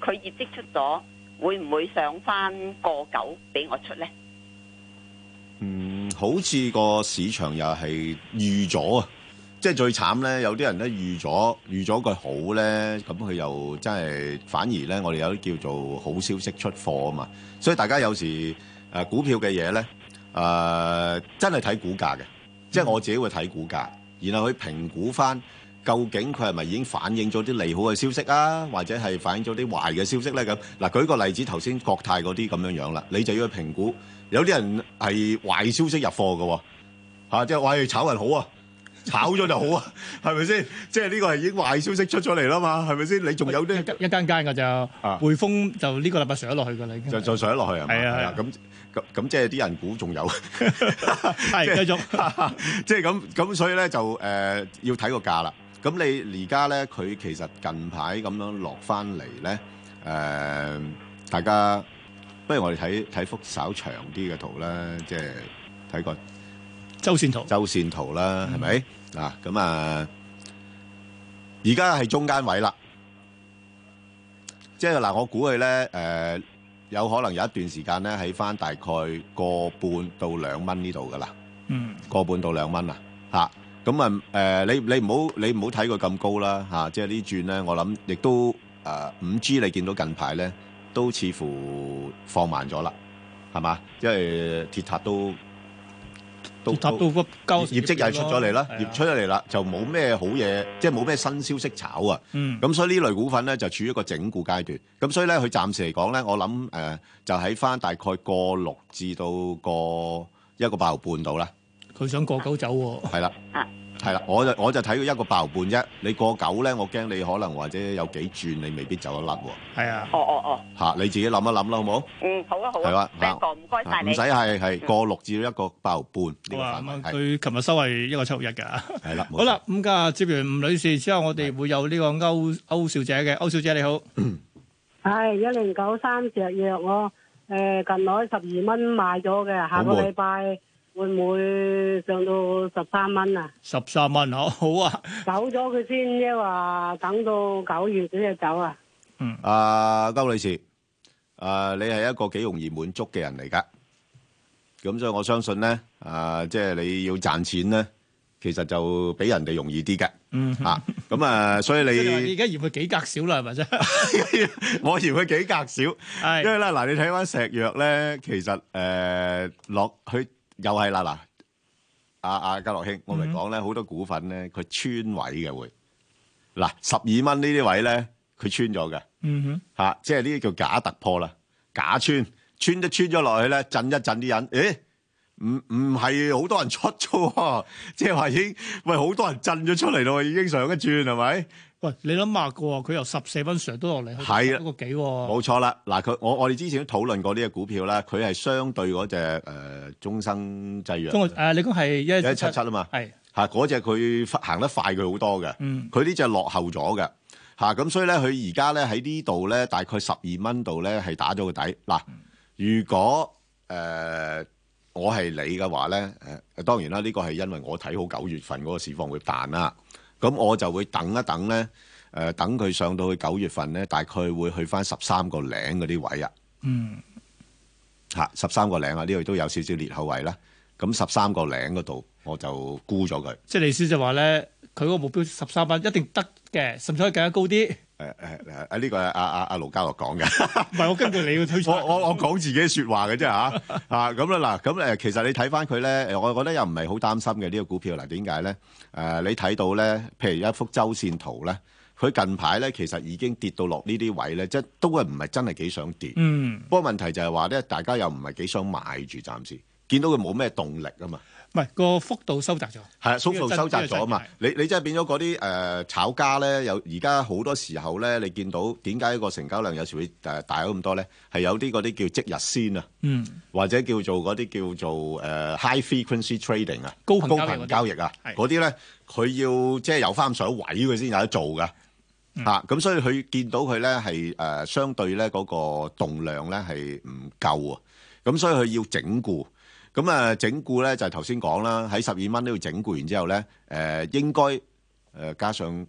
S7: 佢業績出咗，會唔會上翻個九俾我出咧？
S3: 嗯，好似個市場又係預咗啊！即係最慘咧，有啲人咧預咗預咗佢好咧，咁佢又真係反而咧，我哋有啲叫做好消息出貨啊嘛。所以大家有時誒、呃股票嘅嘢咧，誒、真係睇股價嘅，即係我自己會睇股價，然後去評估翻。究竟佢係咪已經反映咗啲利好嘅消息啊，或者係反映咗啲壞嘅消息呢？咁嗱，舉個例子，頭先國泰嗰啲咁樣樣啦，你就要去評估。有啲人係壞消息入貨嘅喎、嚇即係喂炒人好啊，炒咗就好啊， [LAUGHS] 係咪先？即係呢個係已經壞消息出咗嚟啦嘛，係咪先？你仲有啲
S2: 一間間㗎咋，匯豐就呢個禮拜上咗落去㗎啦，已經
S3: 就就上落去係嘛？
S2: 係啊
S3: 係啊咁咁咁即係啲人估仲有。 [LAUGHS]
S2: 係繼續
S3: 即係咁咁，所以咧就誒、呃要睇個價啦。咁你而家咧，佢其實近排咁樣落翻嚟咧，誒、大家不如我哋睇睇幅稍長啲嘅圖啦，即係睇個
S2: 周線圖
S3: 周線圖啦，係咪嗱？咁啊，而家係中間位啦，即係嗱，我估佢咧誒。有可能有一段時間咧，喺翻大概個半到兩蚊呢度噶啦。
S2: 嗯
S3: 個半到兩蚊啊，嚇咁啊誒、你你唔好你唔好睇佢咁高啦嚇、即係呢轉咧，我諗亦都誒五 G 你見到近排咧都似乎放慢咗啦，係嘛？因為鐵塔都
S2: 跌塔到個交
S3: 業績又係出咗嚟啦，
S2: 係啊
S3: 業出咗嚟啦，就冇咩好嘢，即係冇咩新消息炒啊。
S2: 嗯
S3: 咁所以呢類股份咧就處於一個整固階段。咁所以咧，佢暫時嚟講咧，我諗誒、呃就喺翻大概個六至到個一個八毫半度啦。
S2: 佢想過九走喎。
S3: 係啦
S7: 啊，
S3: 係啦，我就我就睇佢一個八毫半啫。你過九咧，我驚你可能或者有幾轉，你未必走得甩喎。
S2: 係啊，
S7: 哦哦哦，
S3: 嚇、你自己諗一諗啦，好冇？
S7: 嗯，好啊好
S3: 係啊
S7: 啊
S3: 嚇
S7: ，Ben 哥唔該晒
S3: 唔
S7: 你
S3: 使。係係過六至到一個八毫半呢個
S2: 好啊，咁
S3: 範圍
S2: 啊
S3: 係
S2: 佢琴日收係一個七六一㗎。
S3: 係啦。冇錯
S2: 好啦，，咁家接完吳女士之後，我哋會有呢個歐歐小姐嘅，歐小姐你好，
S8: 系一零九三隻藥，我诶、呃近來十二蚊買咗嘅，下個
S3: 好悶
S8: 禮拜會唔會上到十三蚊啊？
S2: 十三蚊，好好啊，
S8: 走咗佢先，即係話等到九月先至走啊？
S3: 啊，歐女士，啊，你係一個幾容易滿足嘅人嚟噶，咁所以我相信咧，啊，即係你要賺錢咧，其實就比人哋容易啲嘅，
S2: [LAUGHS] 嗯，
S3: 嚇、咁啊，所以
S2: 即係你
S3: 你
S2: 而家嫌佢幾格少啦，係咪啫？
S3: 我嫌佢幾格少。
S2: 係
S3: 因為咧嗱，你睇翻石藥咧，其實誒、呃落去又係啦嗱，阿阿家樂兄，我咪講咧，好多股份咧，佢穿位嘅會嗱十二蚊呢啲位咧，佢穿咗嘅
S2: 嗯哼，
S3: 嚇，即係呢啲叫假突破啦，假穿穿都穿咗落去咧，震一震啲人，誒唔唔係好多人出啫喎， [LAUGHS] 即係話已經喂好多人震咗出嚟咯，已經上一轉係咪？
S2: 喂，你諗下嘅喎，佢由十四蚊上都落嚟，
S3: 係啊
S2: 一個幾喎，
S3: 冇錯啦，嗱佢我我哋之前都討論過呢只股票啦，佢係相對嗰只誒中生製藥
S2: 中國誒你講係一
S3: 一七七啊嘛，
S2: 係，
S3: 嚇嗰只佢行得快佢好多嘅，
S2: 嗯
S3: 佢呢只落後咗嘅嚇，咁所以咧佢而家咧喺呢度咧大概十二蚊度咧係打咗個底嗱，如果誒、呃我係你嘅話咧，誒、當然啦，呢個係因為我睇好九月份嗰個市況會彈啦，咁我就會等一等咧。誒、等佢上到去九月份咧，大概會去翻十三個零嗰啲位啊。
S2: 嗯，
S3: 嚇十三個零啊，呢度都有少少裂口位啦。咁十三個零嗰度我就沽咗佢。誒
S2: 即係你意思就話咧，佢個目標十三蚊一定得嘅，甚至可以更加高啲。
S3: 誒誒誒，呢個係阿阿阿盧家樂講嘅。
S2: 唔係，我根據你嘅推
S3: 我
S2: 測，
S3: 我我講自己説話嘅啫嚇 [LAUGHS] 啊咁啦嗱，咁誒其實你睇翻佢咧，誒我覺得又唔係好擔心嘅呢、個股票嗱，點解咧？誒、你睇到咧，譬如一幅周線圖咧，佢近排咧其實已經跌到落呢啲位咧，即係都係唔係真係幾想跌。
S2: 嗯。
S3: 不過問題就係話咧，大家又唔係幾想買住，暫時見到佢冇咩動力啊嘛。
S2: 唔係個幅度收窄咗，
S3: 係啊，縮數收窄咗啊嘛
S2: 呢！
S3: 你你真係變咗嗰啲誒炒家咧，有而家好多時候咧，你見到點解個成交量有時會誒大咗咁多咧？係有啲嗰啲叫即日先啊，
S2: 嗯，
S3: [LAUGHS] 或者叫做嗰啲叫做誒、呃 high frequency trading 啊，
S2: 高頻交易嗰啲
S3: 頻交易啊，
S2: 係
S3: 嗰啲咧佢要即係有翻上位佢先有得做噶。嚇咁、所以佢見到佢咧係誒相對咧嗰個動量咧係唔夠啊，咁所以佢要整固。咁啊整固咧就係頭先講啦，喺十二蚊呢度整固完之後咧，誒、應該誒、加上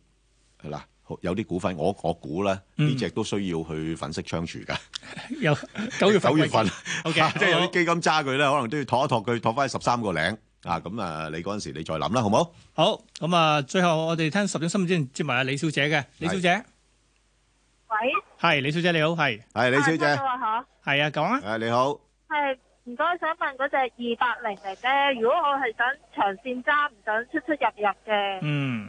S3: 嗱好有啲股份，我我估咧
S2: 嗯
S3: 呢只都需要去粉飾倉
S2: [LAUGHS]
S3: 儲㗎。
S2: 有九月份
S3: 九月份， [LAUGHS]
S2: ，OK，
S3: 啊即係有
S2: 好
S3: 啲基金揸佢咧，可能都要托一托佢，托翻十三個零啊。咁啊，你嗰陣時你再諗啦，好冇？
S2: 好，咁啊，最後我哋聽十點新聞之前接埋阿李小姐嘅，李小姐
S9: 喂，
S2: 係李小姐你好，係
S3: 係李小
S9: 聽
S3: 姐
S9: 到，啊
S2: 係啊，講啊，
S3: 誒你好，
S9: 吓，系唔該，想問嗰隻二八零零咧，如果我係想長線揸，唔想出出入入嘅，
S2: 嗯，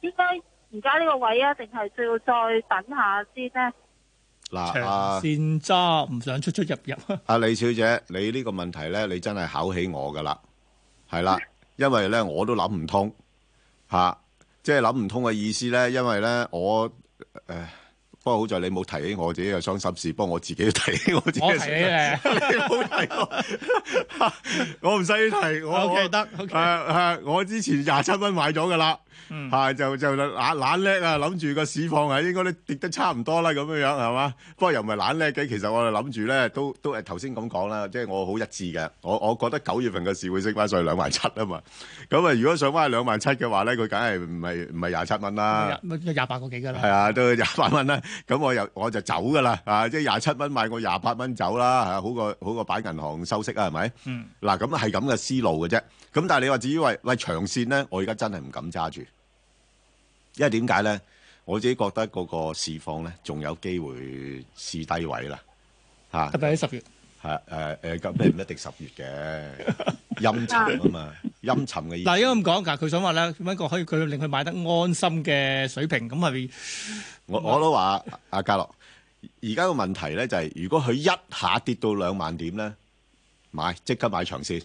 S9: 應該而家呢個位啊，定係需要再等下先呢？
S3: 嗱
S2: 長
S3: 阿
S2: 線揸唔想出出入 [LAUGHS] 入，
S3: 阿李小姐，你呢個問題咧，你真係考起我㗎啦，係啦，因為咧我都諗唔通嚇、啊即係諗唔通嘅意思咧，因為咧我誒。不過好在你冇提起我自己嘅傷心事，不過我自己都提起我自己
S2: 我
S3: 嘅
S2: 提你
S3: 傷心事。
S2: 咧
S3: [LAUGHS] 你冇提我，我唔使提。我
S2: ，OK
S3: 我
S2: 得
S3: 誒
S2: ，OK，
S3: 誒，啊我之前廿七蚊買咗㗎啦，
S2: 嗯
S3: 嚇就就懶懶叻啊，諗住個市況係應該都跌得差唔多啦，咁樣樣係嘛？不過又唔係懶叻嘅，其實我哋諗住咧，都都誒頭先咁講啦，即係我好一致嘅，我我覺得九月份嘅市會升翻上去兩萬七啊嘛。咁啊，如果上翻去兩萬七嘅話咧，佢梗係唔係唔係廿七蚊啦。
S2: 廿廿八個幾㗎
S3: 係
S2: 啦，
S3: 啊，都廿八蚊啦，咁我又我就走噶啦，啊，即係廿七蚊買我廿八蚊走啦，啊，好過好過擺銀行收息啊，係咪？
S2: 嗯，
S3: 嗱，咁係咁嘅思路嘅啫。咁但係你話至於喂喂長線咧，我而家真係唔敢揸住，因為點解咧？我自己覺得嗰個市況咧，仲有機會試低位啦，嚇、
S2: 特別喺十月，
S3: 係誒誒，咁你唔一定十月嘅陰沉啊嘛，陰沉嘅意思。
S2: 嗱應該咁講㗎，佢想話咧，揾個可以佢令佢買得安心嘅水平，咁係咪
S3: 我我都話阿阿家樂，而家個問題咧就係、如果佢一下跌到兩萬點咧，買即刻買長線，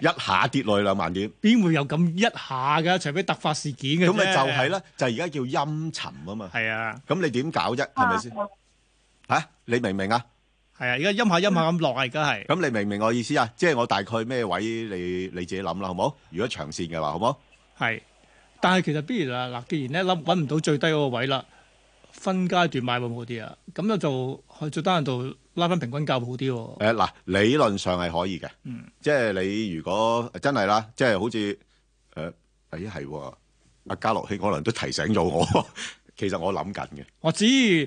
S3: 一下跌落去兩萬點，
S2: 邊會有咁一下㗎？除非突發事件嘅啫
S3: 咁咪就係，啦，就而家叫陰沉啊嘛。
S2: 係啊。
S3: 咁你點搞啫？係咪先？嚇，你明唔明啊？
S2: 係啊，而家陰下陰下咁落啊，而家係。
S3: 咁你明唔明我意思啊？即係我大概咩位你你自己諗啦，好冇？如果長線嘅話，好冇？
S2: 係，但係其實不如啊，嗱，既然咧諗揾唔到最低嗰個位啦，分階段買會唔會好啲啊？咁咧就去最低限度拉翻平均價會好啲喎。
S3: 誒嗱，理論上係可以嘅，
S2: 嗯
S3: 即係你如果真係啦，即係好似誒，咦係喎，阿家樂兄可能都提醒咗我， [LAUGHS] 其實我諗緊嘅，
S2: 我知，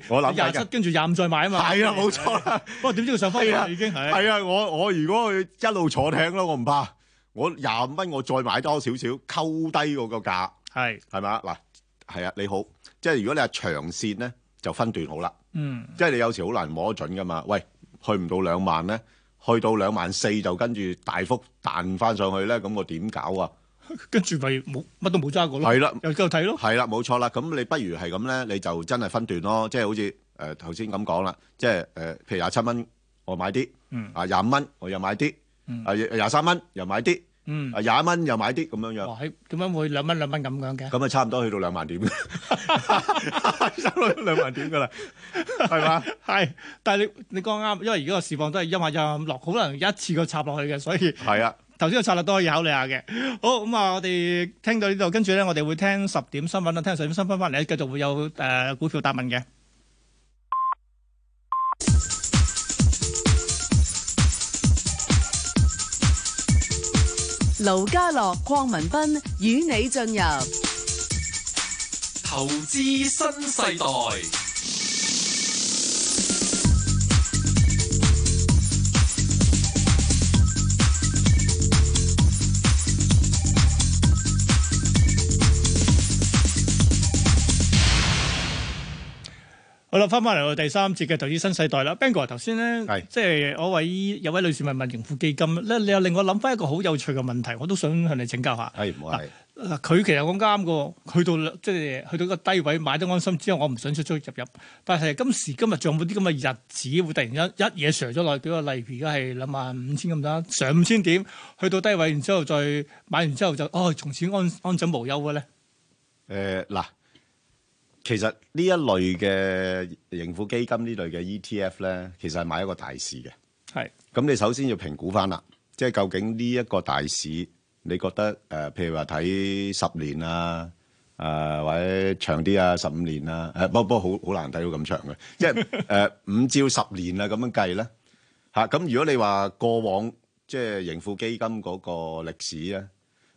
S3: 我諗緊
S2: 廿
S3: 㗎
S2: 七跟住廿五再買啊嘛。
S3: 係啊，冇錯啦，
S2: 不過點知佢上翻
S3: 係啊
S2: 嚟已經係。
S3: 係啊，我我如果去一路坐艇咯，我唔怕，我廿五蚊我再買多少少，溝低嗰個價，
S2: 係，
S3: 係咪啊？嗱，係啊，你好，即係如果你係長線咧，就分段好啦。
S2: 嗯，
S3: 即係你有時好難摸得準噶嘛。喂，去唔到兩萬咧，去到兩萬四就跟住大幅彈翻上去咧，咁我點搞啊？
S2: 跟住咪冇乜都冇揸過咯。
S3: 係啦，
S2: 又繼續睇咯。
S3: 係啦，冇錯啦。咁你不如係咁咧，你就真係分段咯。即係好似誒頭先咁講啦，即係誒、呃譬如廿七蚊我買啲，
S2: 嗯
S3: 啊廿五蚊我又買啲，
S2: 嗯
S3: 啊廿三蚊又買啲，
S2: 嗯
S3: 啊，廿蚊又買啲咁樣樣。
S2: 哇，喺點解會兩蚊兩蚊咁樣
S3: [LAUGHS]
S2: 嘅？
S3: 咁啊，差唔多去到兩萬點，收到兩萬點噶啦，係嘛？
S2: 係，但係你你講啱，因為而家個市況都係陰下陰下咁落，好難一次過插落去嘅，所以。
S3: [LAUGHS] 係啊，
S2: 頭先個策略都可以考慮下嘅。好咁啊，我哋聽到呢度，跟住咧，我哋會聽十點新聞啦，聽十點新聞翻嚟，繼續會有誒、呃股票答問嘅。
S10: 盧家樂、邝文斌與你進入
S1: 投資新世代，
S2: 好啦，翻返嚟我哋第三節嘅投資新世代啦。Ben 哥頭先咧
S3: 係，
S2: 即係我位有位女士問問盈富基金咧，你又令我諗翻一個好有趣嘅問題，我都想向你請教下。
S3: 係哎唔係？
S2: 嗱，佢其實講啱嘅喎，去到即係去到一個低位買得安心之後，我唔想出出入入。但係今時今日仲有冇啲咁嘅日子會突然間一嘢上咗落去？舉個例，而家係兩萬五千咁多，上五千點，去到低位，然之後再買完之後就哦，從此安安枕無憂嘅咧。
S3: 誒呃嗱、其實呢一類嘅盈富基金呢類嘅 E ETF 咧，其實係買一個大市嘅。
S2: 係
S3: 咁你首先要評估翻啦，即係究竟呢一個大市，你覺得誒、呃譬如話睇十年啊，誒、或者長啲啊，十五年啊，誒、不不過好好難睇到咁長嘅，即係誒五至十年啊咁樣計咧嚇。咁、如果你話過往即係盈富基金嗰個歷史咧，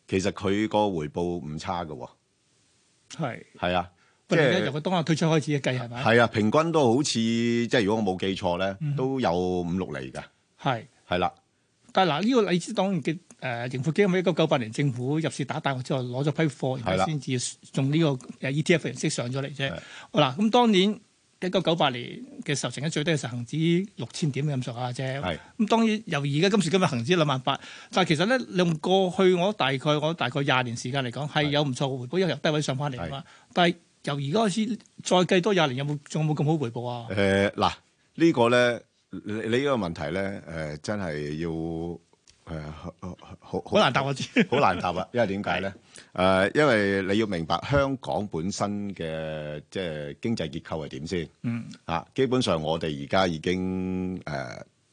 S3: 其實佢個回報唔差嘅喎、
S2: 係，
S3: 係啊，
S2: 不過而家
S3: 即係
S2: 由佢當日推出開始計係咪？
S3: 係啊，平均都好似即係如果我冇記錯咧
S2: 嗯，
S3: 都有五六厘㗎，
S2: 係。
S3: 係啦，
S2: 但係啊嗱，呢個例子當然嘅誒盈富基金喺一九九八年政府入市打大學之後攞咗批貨，然
S3: 係
S2: 後
S3: 啦
S2: 先至用呢個誒 ETF 形式上咗嚟啫。好嗱，咁當年一九九八年嘅時候，成日最低嘅時候恆指六千點咁上下啫
S3: 係。
S2: 咁當然由而家今時今日恒指兩萬八，但係其實咧，你用過去我大概我大概廿年時間嚟講係有唔錯嘅回報，因為由低位上翻嚟啊嘛。但係由而家開始再計多廿年，有冇仲有冇咁好回報啊？
S3: 誒嗱，呢個咧，你你呢個問題咧，誒真係要誒好好
S2: 好難答 [LAUGHS] 我知，
S3: 好難答啊！因為點解咧？誒，因為你要明白香港本身嘅即係經濟結構係點先。
S2: 嗯，
S3: 啊，基本上我哋而家已經誒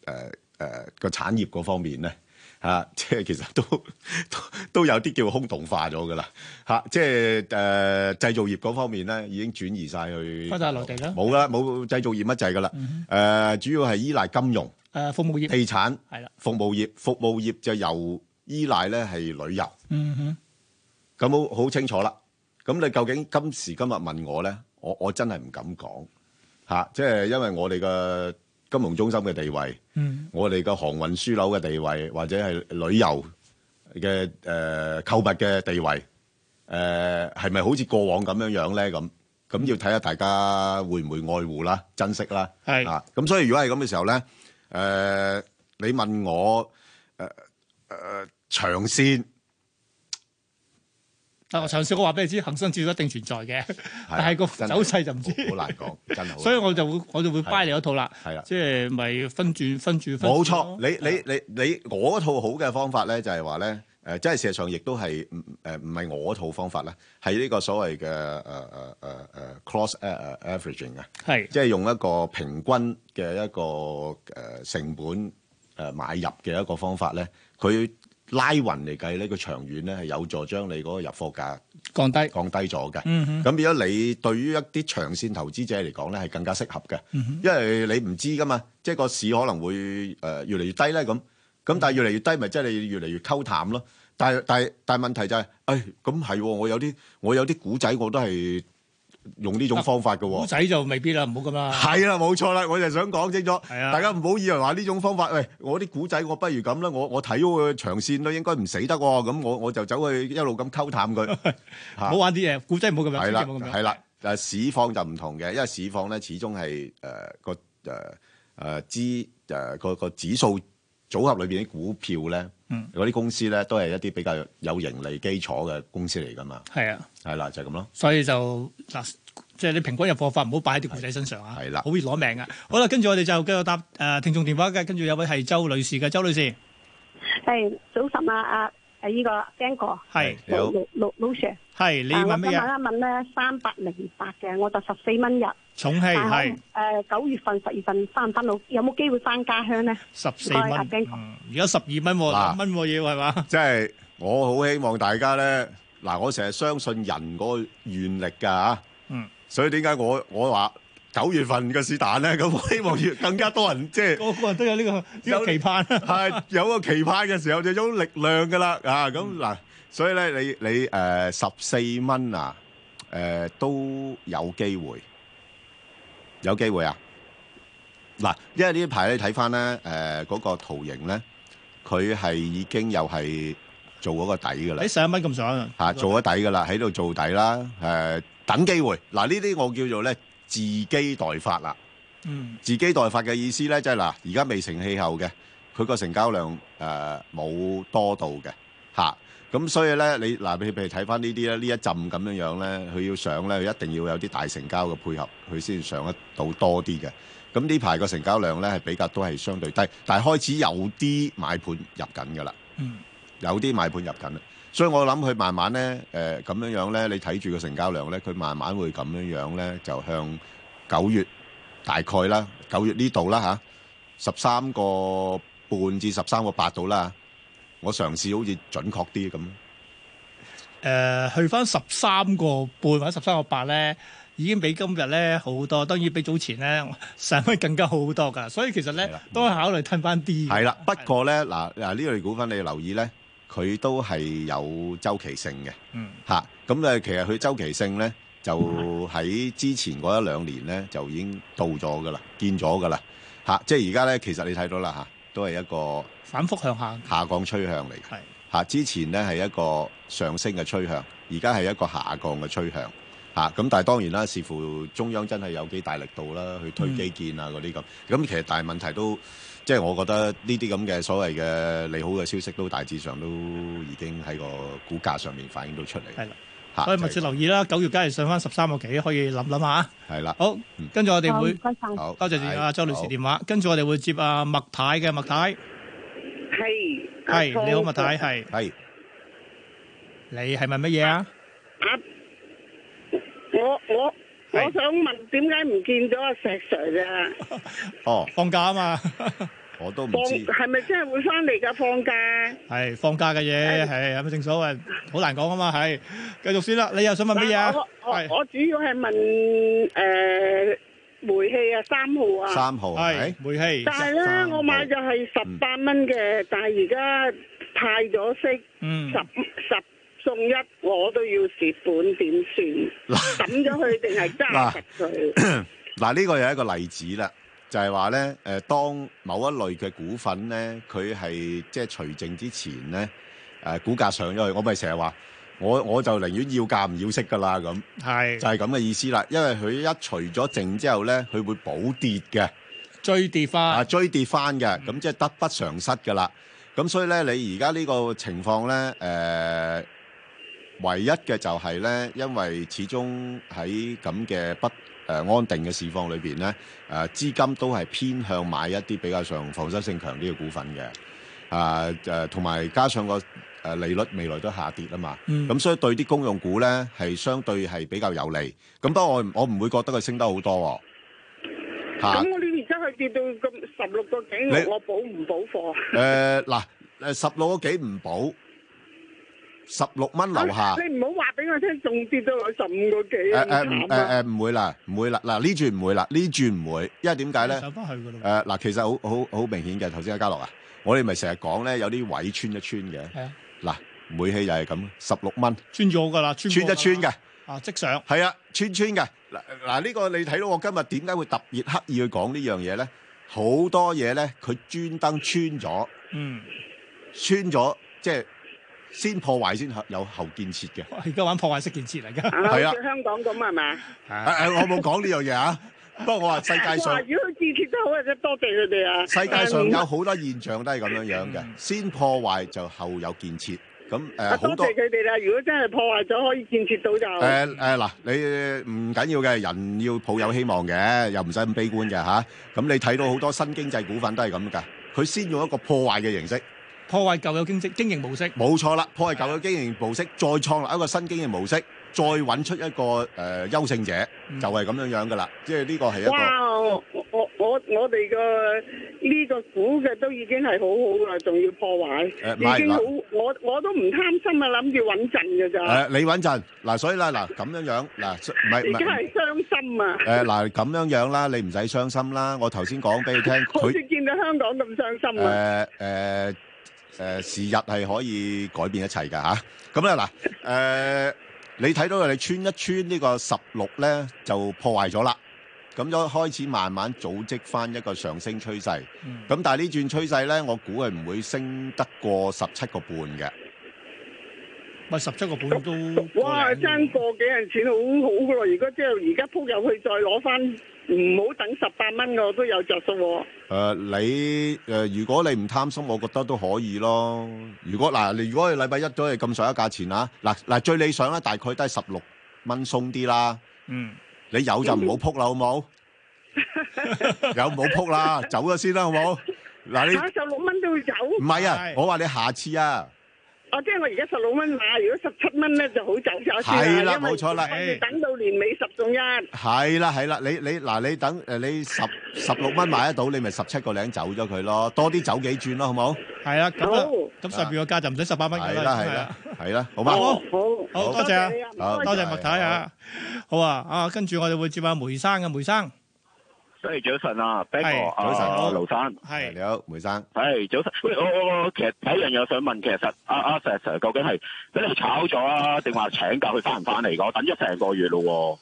S3: 誒誒個產業嗰方面咧。啊， [LAUGHS] 即係其實都都都有啲叫空洞化咗噶啦，嚇、即係誒、呃、製造業嗰方面咧，已經轉移晒去
S2: 翻晒內地啦
S3: 冇啦，冇製造業乜滯噶啦，誒、
S2: 嗯
S3: 主要係依賴金融、
S2: 誒服務業
S3: 地產、
S2: 係啦，
S3: 服務業，服務業就由依賴咧係旅遊。
S2: 嗯哼，
S3: 咁好好清楚啦。咁你究竟今時今日問我咧，我我真係唔敢講嚇、即係因為我哋嘅金融中心嘅地位，
S2: 嗯
S3: 我哋嘅航運樞紐嘅地位，或者係旅遊嘅誒、呃、購物嘅地位，誒係咪好似過往咁樣樣咧？咁咁要睇下大家會唔會愛護啦、珍惜啦。
S2: 係
S3: 啊，咁所以如果係咁嘅時候咧，誒、你問我誒誒、長線。
S2: 啊但我上次我話俾你知，恒生指數一定存在嘅，但係個
S3: 真係
S2: 走勢就唔知。
S3: 好難講，真係好難講。
S2: [LAUGHS] 所以我就會我就會 buy 你嗰套啦，
S3: 係啦啊
S2: 即係咪分住分住分住咯？啊
S3: 冇錯，你你你你我嗰套好嘅方法咧，就係話咧，誒，即係事實上亦都係唔誒唔係我嗰套方法啦，係呢個所謂嘅誒誒誒誒 cross 誒誒 averaging 嘅，
S2: 係
S3: 即係用一個平均嘅一個誒成本誒買入嘅一個方法咧，佢拉勻嚟計咧，佢長遠咧係有助將你嗰個入貨價
S2: 降低
S3: 降低咗嘅。
S2: 嗯哼
S3: 咁變咗你對於一啲長線投資者嚟講咧，係更加適合嘅，
S2: 嗯哼
S3: 因為你唔知噶嘛，即係個市可能會誒、呃越嚟越低咧咁，咁
S2: 嗯
S3: 但係越嚟越低，咪即係你越嚟越溝淡咯。但係但係但係問題就係、誒咁係喎，我有啲我有啲古仔我都係用呢種方法嘅喎、
S2: 啊股仔就未必啦，唔好咁
S3: [LAUGHS]
S2: 啦。
S3: 係啦，冇錯啦，我就想講清楚，
S2: 係啊
S3: 大家唔好以為話呢種方法，喂，我啲古仔我不如咁啦，我我睇好佢長線都應該唔死得喎，咁我我就走去一路咁溝
S2: [LAUGHS]
S3: 淡佢，
S2: 唔
S3: 嚇
S2: 好玩啲嘢，股仔唔好咁樣，
S3: 啊係啦，
S2: 股仔唔好咁樣
S3: 係啦，誒市況就唔同嘅，因為市況咧始終係誒個誒誒資誒個個指數組合裏邊啲股票咧，
S2: 嗯
S3: 嗰啲公司咧都係一啲比較有盈利基礎嘅公司嚟噶嘛，
S2: 係啊，
S3: 係啦，就係咁咯。
S2: 所以就嗱，即係你平均入貨法唔好擺喺啲股仔身上啊，
S3: 係啦
S2: 好易攞命啊！好啦，跟住我哋就繼續答誒聽眾電話嘅，跟住有位係周女士嘅，周女士
S11: 系早晨啊，阿诶呢個 Ben 哥，
S2: 係你好
S11: 老老老老 Sir，
S2: 係你
S11: 啊
S2: 問乜
S11: 我
S2: 嘢？
S11: 想問一問咧，三百零八嘅，我就十四蚊入，
S2: 重氣係
S11: 诶九月份、十月份翻唔翻到？有冇機會翻家鄉咧？
S2: 十四
S11: 唔該阿
S2: 蚊，嗯
S11: Ben 哥，
S2: 而家十二蚊喎，
S3: 嗱
S2: 十蚊喎要係
S3: [LAUGHS]
S2: 嘛？
S3: 即係我好希望大家咧，嗱，我成日相信人嗰個願力㗎嚇，
S2: 嗯，
S3: 所以點解我我話九月份嘅是但咧，咁我希望越更加多人即係。
S2: 個個人都有呢個呢個
S3: 有
S2: 期盼。啊
S3: 係啊有個期盼嘅時候就有力量噶啦啊！咁嗱，所以咧你你誒十四蚊啊誒、都有機會，有機會啊！嗱，因為呢排你睇翻咧誒嗰個圖形咧，佢係已經又係做嗰個底噶啦
S2: 喺。十一蚊咁上下
S3: 嚇做咗底噶啦，喺度做底啦，誒、等機會。嗱呢啲我叫做咧自己待發啦。
S2: 嗯，
S3: 自己待發嘅意思咧，即係嗱，而家未成氣候嘅，佢個成交量誒冇、多到嘅嚇。咁、所以咧，你嗱，你譬如睇翻呢啲咧，呢一陣咁樣樣咧，佢要上咧，佢一定要有啲大成交嘅配合，佢先上得到多啲嘅。咁呢排個成交量咧係比較都係相對低，但係開始有啲買盤入緊㗎啦。
S2: 嗯。
S3: 有啲買盤入緊啦，所以我諗佢慢慢咧，誒咁樣樣咧，你睇住個成交量咧，佢慢慢會咁樣樣咧，就向九月大概啦，九月呢度啦嚇，十三個半至十三個八度啦，我嘗試好似準確啲咁，
S2: 誒、去翻十三個半或者十三個八咧，已經比今日咧好多，當然比早前咧上蚊更加好好多㗎。所以其實咧都係考慮吞翻啲嘅。
S3: 係啦。不過咧，嗱嗱呢類股份你留意咧，佢都係有周期性嘅。
S2: 嗯，
S3: 嚇。咁誒，其實佢周期性咧，就喺之前嗰一兩年咧就已經到咗噶啦，見咗噶啦嚇。即係而家咧，其實你睇到啦嚇，都係一個
S2: 反覆向下
S3: 下降趨向嚟嘅。嚇，之前咧係一個上升嘅趨向，而家係一個下降嘅趨向。嚇、咁但係當然啦，視乎中央真係有幾大力度啦，去推
S12: 嗯
S3: 基建啊嗰啲咁。咁其實大問題都即係我覺得呢啲咁嘅所謂嘅利好嘅消息，都大致上都已經喺個股價上面反映到出嚟。
S2: 係啦所
S3: 嚇
S2: 以
S3: 啊就
S2: 密
S3: 係
S2: 切留意啦，九月梗係上翻十三個幾，可以諗諗下。
S3: 係啦。
S2: 好，跟住我哋會哦
S3: 好唔該晒好
S2: 多謝阿
S3: 嗯好
S2: 周女士電話，跟住我哋會接阿麥太嘅麥太，
S13: 系
S2: 係你好麥太，係
S3: 係
S2: 你係咪乜嘢啊？
S13: 啊！我我我想問點解唔見咗阿石 Sir 啊？
S3: 哦，
S2: 放假啊嘛， [LAUGHS]
S3: 我都唔
S13: 放係咪真係會翻嚟㗎？放假
S2: 係放假嘅嘢，係係咪正所謂好難講啊嘛？係繼續先啦，你又想問乜嘢啊？
S13: 我我我主要係問 ờ, 誒煤氣啊，三號啊，
S3: 三號
S2: 係煤氣，
S13: 但係咧，我買就係十八蚊嘅，但係而家派咗息，
S2: 嗯
S13: 十十送一，我都要蝕本，點算？抌咗佢定係揸實佢？
S3: 嗱，呢個又係一個例子啦，就係話咧，誒，當某一類嘅股份咧，佢係即係除淨之前咧，誒、股價上咗去，我咪成日話，我我就寧願要價唔要息噶啦咁，
S2: 係
S3: 就係咁嘅意思啦，因為佢一除咗淨之後咧，佢會補跌嘅，
S2: 追跌翻，
S3: 啊，追跌翻嘅，咁、即係得不償失噶啦，咁所以咧，你而家呢個情況咧，誒、唯一嘅就係咧，因為始終喺咁嘅不誒、呃安定嘅市況裏邊咧，誒、資金都係偏向買一啲比較上防守性強啲嘅股份嘅，啊誒同埋加上個誒、呃利率未來都下跌啊嘛，咁、
S12: 嗯
S3: 所以對啲公用股咧係相對係比較有利。咁不過我唔我唔會覺得佢升得好多喎、嚇
S13: 咁我呢而家佢跌到咁十六個
S3: 你
S13: 幾，我補唔補貨？
S3: 誒嗱誒十六個幾唔保，十六蚊樓下。
S13: 你唔好話俾我聽，仲跌到落十五個幾，
S3: 誒
S13: 好
S3: 誒唔
S13: 慘
S3: 誒
S13: 啊！
S3: 誒唔會啦，唔會啦，嗱呢轉唔會啦，呢轉唔會，因為點解咧？
S2: 上返去㗎喇
S3: 誒嗱，其實好好好明顯嘅，頭先阿嘉樂啊，我哋咪成日講咧，有啲位穿一穿嘅。
S2: 係啊，
S3: 嗱，煤氣又係咁，十六蚊
S2: 穿咗㗎啦，穿
S3: 穿
S2: 過
S3: 一穿
S2: 㗎啦
S3: 嘅，
S2: 啊即上
S3: 係啊，穿穿嘅。嗱嗱，呢個你睇到我今日點解會特別刻意去講呢樣嘢咧？好多嘢咧，佢專登穿咗。
S2: 嗯，
S3: 穿咗，即係先破壞先有後建設嘅。
S2: 而家玩破壞式建設嚟㗎，
S13: 啊
S3: 係啊
S13: 好似香港咁係嘛？
S3: 誒誒，啊我冇講呢樣嘢 [LAUGHS] 啊，不過我話世界
S13: 哇
S3: 上
S13: 如果佢自跌得好，真係多謝佢哋
S3: [LAUGHS]
S13: 啊！
S3: 世界上有好多現象都係咁樣樣嘅，先破壞就後有建設。咁誒
S13: 啊多
S3: 好多
S13: 謝佢哋啦！如果真係破壞咗，可以建設到就
S3: 誒誒嗱，你唔緊要嘅，人要抱有希望嘅，又唔使咁悲觀嘅吓。咁你睇到好多新經濟股份都係咁㗎，佢先用一個破壞嘅形式。
S2: 破壞舊有經濟經營模式。
S3: 冇錯啦，破壞舊嘅經營模式，再創立一個新經營模式，再揾出一個誒、呃、優勝者，就係咁樣樣噶啦。即係呢個係一個
S13: 哇！我我我我哋個呢個股嘅都已經係好好噶啦，仲要破壞，
S3: 誒唔係
S13: 已經
S3: 嗱
S13: 好我我都唔貪心啊，諗住穩陣嘅
S3: 誒、
S13: 咋，
S3: 你穩陣嗱，所以啦嗱咁樣樣嗱，唔係
S13: 而
S3: 唔
S13: 家
S3: 係
S13: 係傷心啊！
S3: 誒嗱咁樣樣啦，你唔使傷心啦。我頭先講俾
S13: [LAUGHS]
S3: 你聽，
S13: 好
S3: 佢
S13: 似見到香港咁傷心啊！
S3: 誒誒誒時日係可以改變一切㗎吓。咁咧嗱誒，你睇到你穿一穿呢個十六咧就破壞咗啦，咁呃就開始慢慢組織翻一個上升趨勢。咁、
S12: 嗯
S3: 但係呢轉趨勢咧，我估係唔會升得過十七個半嘅。
S2: 咪十七個半都
S13: 哇！爭個幾人錢好好噶咯，如果即係而家撲入去再攞翻，唔好等十八蚊我都有着數喎。
S3: 誒、呃你誒、如果你唔貪心，我覺得都可以咯。如果嗱、你如果你禮拜一都係咁上下價錢啦，嗱、嗱、最理想咧，大概都係十六蚊鬆啲啦。
S2: 嗯，
S3: 你有就唔好撲啦，好 [LAUGHS] 冇？有唔好撲啦，走咗先啦，好冇？嗱，你
S13: 嚇十六蚊都要走？
S3: 唔係啊，我話你下次啊，
S13: 哦，即係我而家十六蚊買，如果十七蚊咧就好走走
S3: 係
S13: 先
S3: 啦
S13: 因為
S3: 冇錯啦
S13: 跟住等到年尾十送一，
S3: 係啦係啦，你你嗱你等誒你十十六蚊買得到，你咪十七個零走咗佢咯，多啲走幾轉咯，好冇？
S2: 係啦，咁啦，
S3: 啊
S2: 咁上邊個價就唔使十八蚊㗎
S3: 係
S2: 啦，
S3: 啦
S2: 真
S3: 係
S2: 係
S3: 啦
S2: 啊
S3: 係啦，好嘛？
S13: 好
S2: 好
S3: 好
S2: 多謝啊
S3: 好
S2: 多謝
S3: 拜拜
S2: 麥太啊，好啊啊，跟住我哋會接下梅生嘅梅生，
S12: 誒早晨啊，Ben 哥，
S3: 係早晨
S12: 啊盧生，
S3: 係你好，梅生。
S12: 係早晨。喂，我我我其實第一樣嘢想問，其實阿阿石 Sir 究竟係俾你炒咗啊，定話請假佢翻唔翻嚟㗎？我等咗成個月咯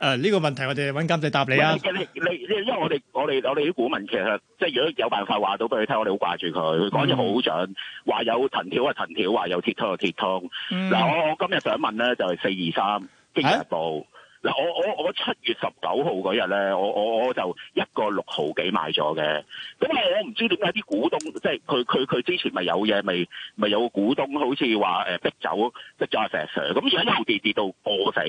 S2: 誒呢個問題我哋揾監製答
S12: 喎。
S2: 你啊。
S12: 你你你因為我哋我哋我哋啲股民其實即係如果有辦法話到俾佢聽，我哋好掛住佢。佢講嘢好準，話有藤條啊藤條，話有鐵通啊鐵通。
S14: 嗯
S12: 嗱，我我今日想問咧就係四二三經濟日報。嗱，我我我七月十九號嗰日咧，我我我就一個六毫幾買咗嘅。咁啊我我唔知點解啲股東，即係佢佢佢之前咪有嘢，咪咪有個股東好似話誒逼走逼咗阿石 Sir，咁而家又跌跌到過死。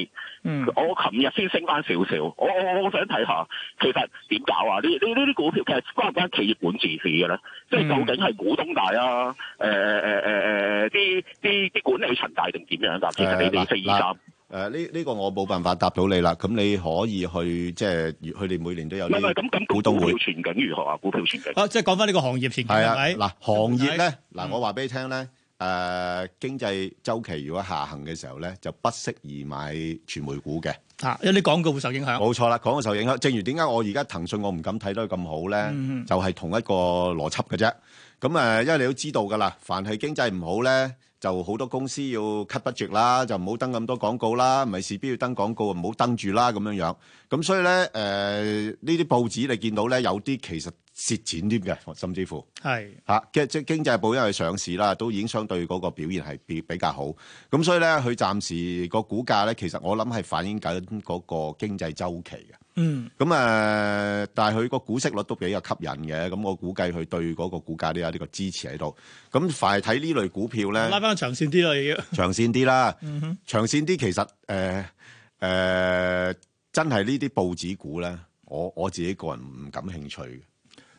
S2: 嗯
S12: 我琴日先升翻少少，我我我想睇下其實點搞啊？呢呢呢啲股票其實關唔關企業管治事嘅咧？即
S3: 嗯
S12: 係究竟係股東大啊？誒誒誒誒啲啲啲管理層大定點樣㗎？其實你哋四二
S3: 誒，
S12: 三。
S3: 嗱，嗱，誒，呢-呢個我冇辦法答到你啦。咁你可以去，即係，佢哋每年都有
S12: 唔係，
S3: 呢
S12: 唔係，咁-咁
S3: 股東會。
S2: 啊，即係講翻呢個行業前景
S3: 係
S2: 係
S3: 啊，
S2: 咪？
S3: 嗱，行業呢，嗱，
S2: 嗯。
S3: 我話俾你聽呢，誒，經濟周期如果下行嘅時候呢，就不適宜買傳媒股嘅。
S2: 啊，因為啲廣告會受影響。
S3: 冇錯啦，講咗受影響。正如點解我而家騰訊我唔敢睇得佢咁好呢，
S2: 嗯。
S3: 就係同一個邏輯嘅啫。咁，誒，因為你都知道㗎啦，凡係經濟唔好呢，就好多公司要cut budget啦，就唔好登咁多廣告啦，唔係事必要登廣告，唔好登住啦，咁樣樣。咁所以呢，誒，呢啲報紙你見到呢，有啲其實蝕錢添嘅，甚至乎。
S2: 係
S3: 嚇，嘅即係經濟部因為上市啦，都已經相對嗰個表現係比比較好，咁所以咧佢暫時個股價咧，其實我諗係反映緊嗰個經濟周期嘅。
S2: 嗯
S3: 咁誒、呃但係佢個股息率都比較吸引嘅，咁我估計佢對嗰個股價都有呢個支持喺度。咁凡係睇呢類股票咧，
S2: 拉翻長線啲啦，要。
S3: 長線啲啦。
S2: 嗯哼
S3: 長線啲其實誒誒、呃呃真係呢啲報紙股咧，我我自己個人唔感興趣嘅，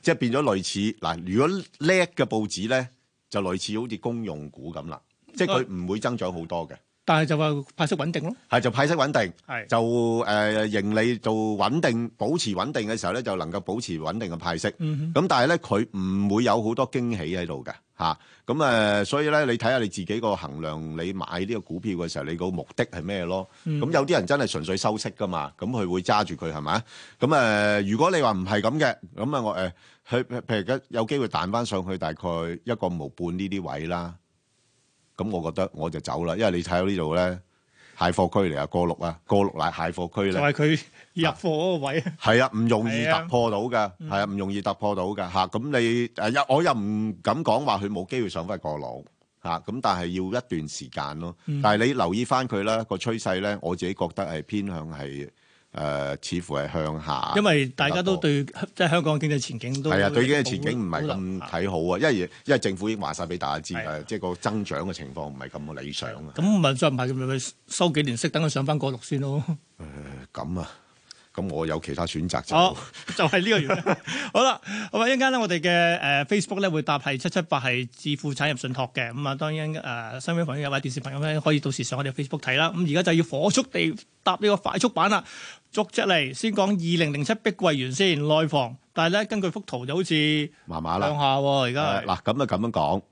S3: 即係變咗類似嗱，如果叻嘅報紙咧，就類似好似公用股咁啦，即係佢唔會增長好多嘅，
S2: 但係就話派息穩定咯。
S3: 係就派息穩定，
S2: 係
S3: 就誒、呃盈利就穩定，保持穩定嘅時候咧，就能夠保持穩定嘅派息。
S2: 嗯
S3: 咁但係咧，佢唔會有好多驚喜喺度嘅嚇。咁、誒，所以咧，你睇下你自己個衡量，你買呢個股票嘅時候，你個目的係咩咯？咁、
S15: 嗯
S3: 有啲人真係純粹收息噶嘛，咁佢會揸住佢係咪？咁誒、如果你話唔係咁嘅，咁啊我誒，佢、譬如而家有機會彈翻上去大概一個毛半呢啲位啦。咁我覺得我就走啦，因為你睇到呢度咧，蟹貨區嚟啊，過六啊，過六奶蟹貨區
S2: 就
S3: 咧。
S2: 係佢入貨嗰個位。
S3: 係啊，唔容易
S2: 係啊
S3: 突破到㗎，係啊，唔容易突破到㗎嚇。咁你誒又我又唔敢講話佢冇機會上翻過腦嚇，咁但係要一段時間咯
S15: 嗯。
S3: 但係你留意翻佢啦，個趨勢咧，我自己覺得係偏向係誒，似乎係向下。
S2: 因為大家都對即係香港經濟前景都
S3: 係啊，對經濟前景唔係咁睇好啊，因為因為政府已經話晒俾大家知誒，即係個增長嘅情況唔係咁理想啊。
S2: 咁咪再唔啊係咪收幾年息，等佢上翻過六先咯。
S3: 咁啊，咁我有其他選擇 [LAUGHS] 就。
S2: 好，就係呢個原因。哦 [LAUGHS] 好啦，咁啊一陣間咧，我哋嘅誒呃 Facebook 咧會答係七七八係致富產業信託嘅。咁啊，當然誒、呃身邊朋友或者電視朋友咧，可以到時上我哋 Facebook 睇啦。咁而家就要火速地答呢個快速版啦，逐隻嚟。先講二零零七碧桂園先，內房。但係咧，根據幅圖就好似
S3: 麻麻啦
S2: 向下喎，而家係
S3: 誒嗱，咁啊咁樣講，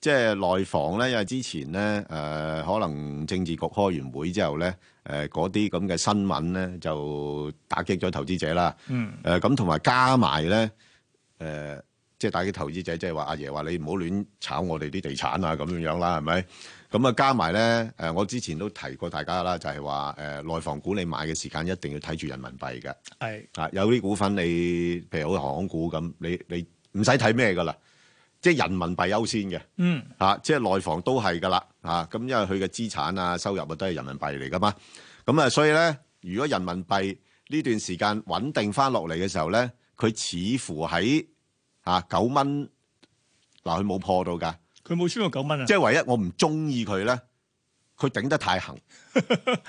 S3: 即係內房咧，因為之前咧誒、呃可能政治局開完會之後咧，誒嗰啲咁嘅新聞咧就打擊咗投資者啦。
S15: 嗯
S3: 誒咁同埋加埋咧誒，即係打擊投資者，即係話阿爺話你唔好亂炒我哋啲地產啊咁樣樣啦，係咪？咁啊加埋咧誒，我之前都提過大家啦，就係話誒內房股你買嘅時間一定要睇住人民幣嘅。
S2: 係
S3: 啊，有啲股份你，譬如好似航空股咁，你你唔使睇咩噶啦，即係人民幣優先嘅，
S2: 嗯
S3: 啊，即係內房都係噶啦，啊，咁因為佢嘅資產啊、收入啊都係人民幣嚟噶嘛，咁啊，所以咧，如果人民幣呢段時間穩定翻落嚟嘅時候咧，佢似乎喺啊九蚊，嗱佢冇破到㗎，
S2: 佢冇穿過九蚊啊，
S3: 即係唯一我唔中意佢咧，佢頂得太行。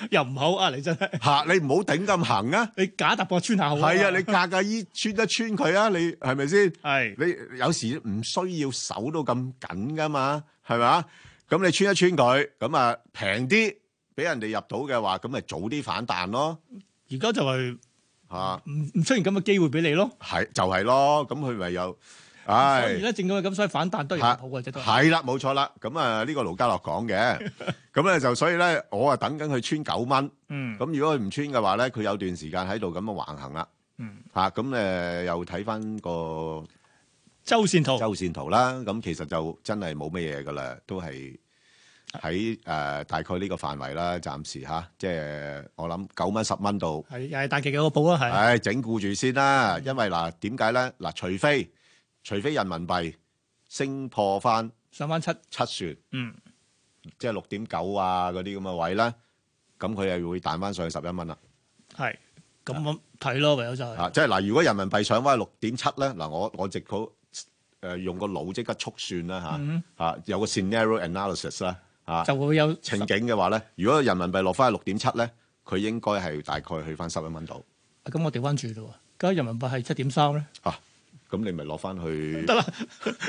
S2: 又唔好啊！你真係
S3: 嚇你唔好頂咁行啊！
S2: 你假突破穿下好啊
S3: 係啊，你格格衣穿一穿佢啊，你係咪先？係你有時唔需要手到咁緊噶嘛，係咪啊？咁你穿一穿佢，咁啊平啲俾人哋入到嘅話，咁咪早啲反彈咯。
S2: 而家就係
S3: 嚇
S2: 唔唔出現咁嘅機會俾你咯。
S3: 係就係咯，咁佢咪有唉。
S2: 所以咧，正因為咁，所以反彈都係唔好嘅啫。都係
S3: 係啦，冇錯啦。咁啊，呢個盧家樂講嘅，咁咧就所以咧，我啊等緊佢穿九蚊。
S2: 嗯
S3: 咁如果佢唔穿嘅話咧，佢有段時間喺度咁樣橫行啦。嚇咁誒又睇翻個
S2: 周線圖，
S3: 周線圖啦，咁其實就真係冇乜嘢噶啦，都係喺誒大概呢個範圍啦，暫時嚇，即係我諗九蚊十蚊度。
S2: 係又係大旗嘅個報啊，係
S3: 唉，整固住先啦，因為嗱點解咧？嗱，除非除非人民幣升破翻
S2: 上翻七
S3: 七船，
S2: 嗯，
S3: 即係六點九啊嗰啲咁嘅位咧，咁佢又會彈翻上去十一蚊啦。
S2: 係咁咁睇咯，唯有就係
S3: 啊，即係嗱，如果人民幣上翻六點七咧，嗱我我直好誒用個腦即刻速算啦
S2: 嗯
S3: 嚇嚇，有個 scenario analysis 啦嚇，
S2: 就會有
S3: 情景嘅話咧，如果人民幣落翻去六點七咧，佢應該係大概去翻十一蚊度。
S2: 咁我調翻轉咯喎，啊而家人民幣係七點三
S3: [LAUGHS]
S2: 咧，
S3: 啊，咁你咪落翻去 [LAUGHS]
S2: 得啦，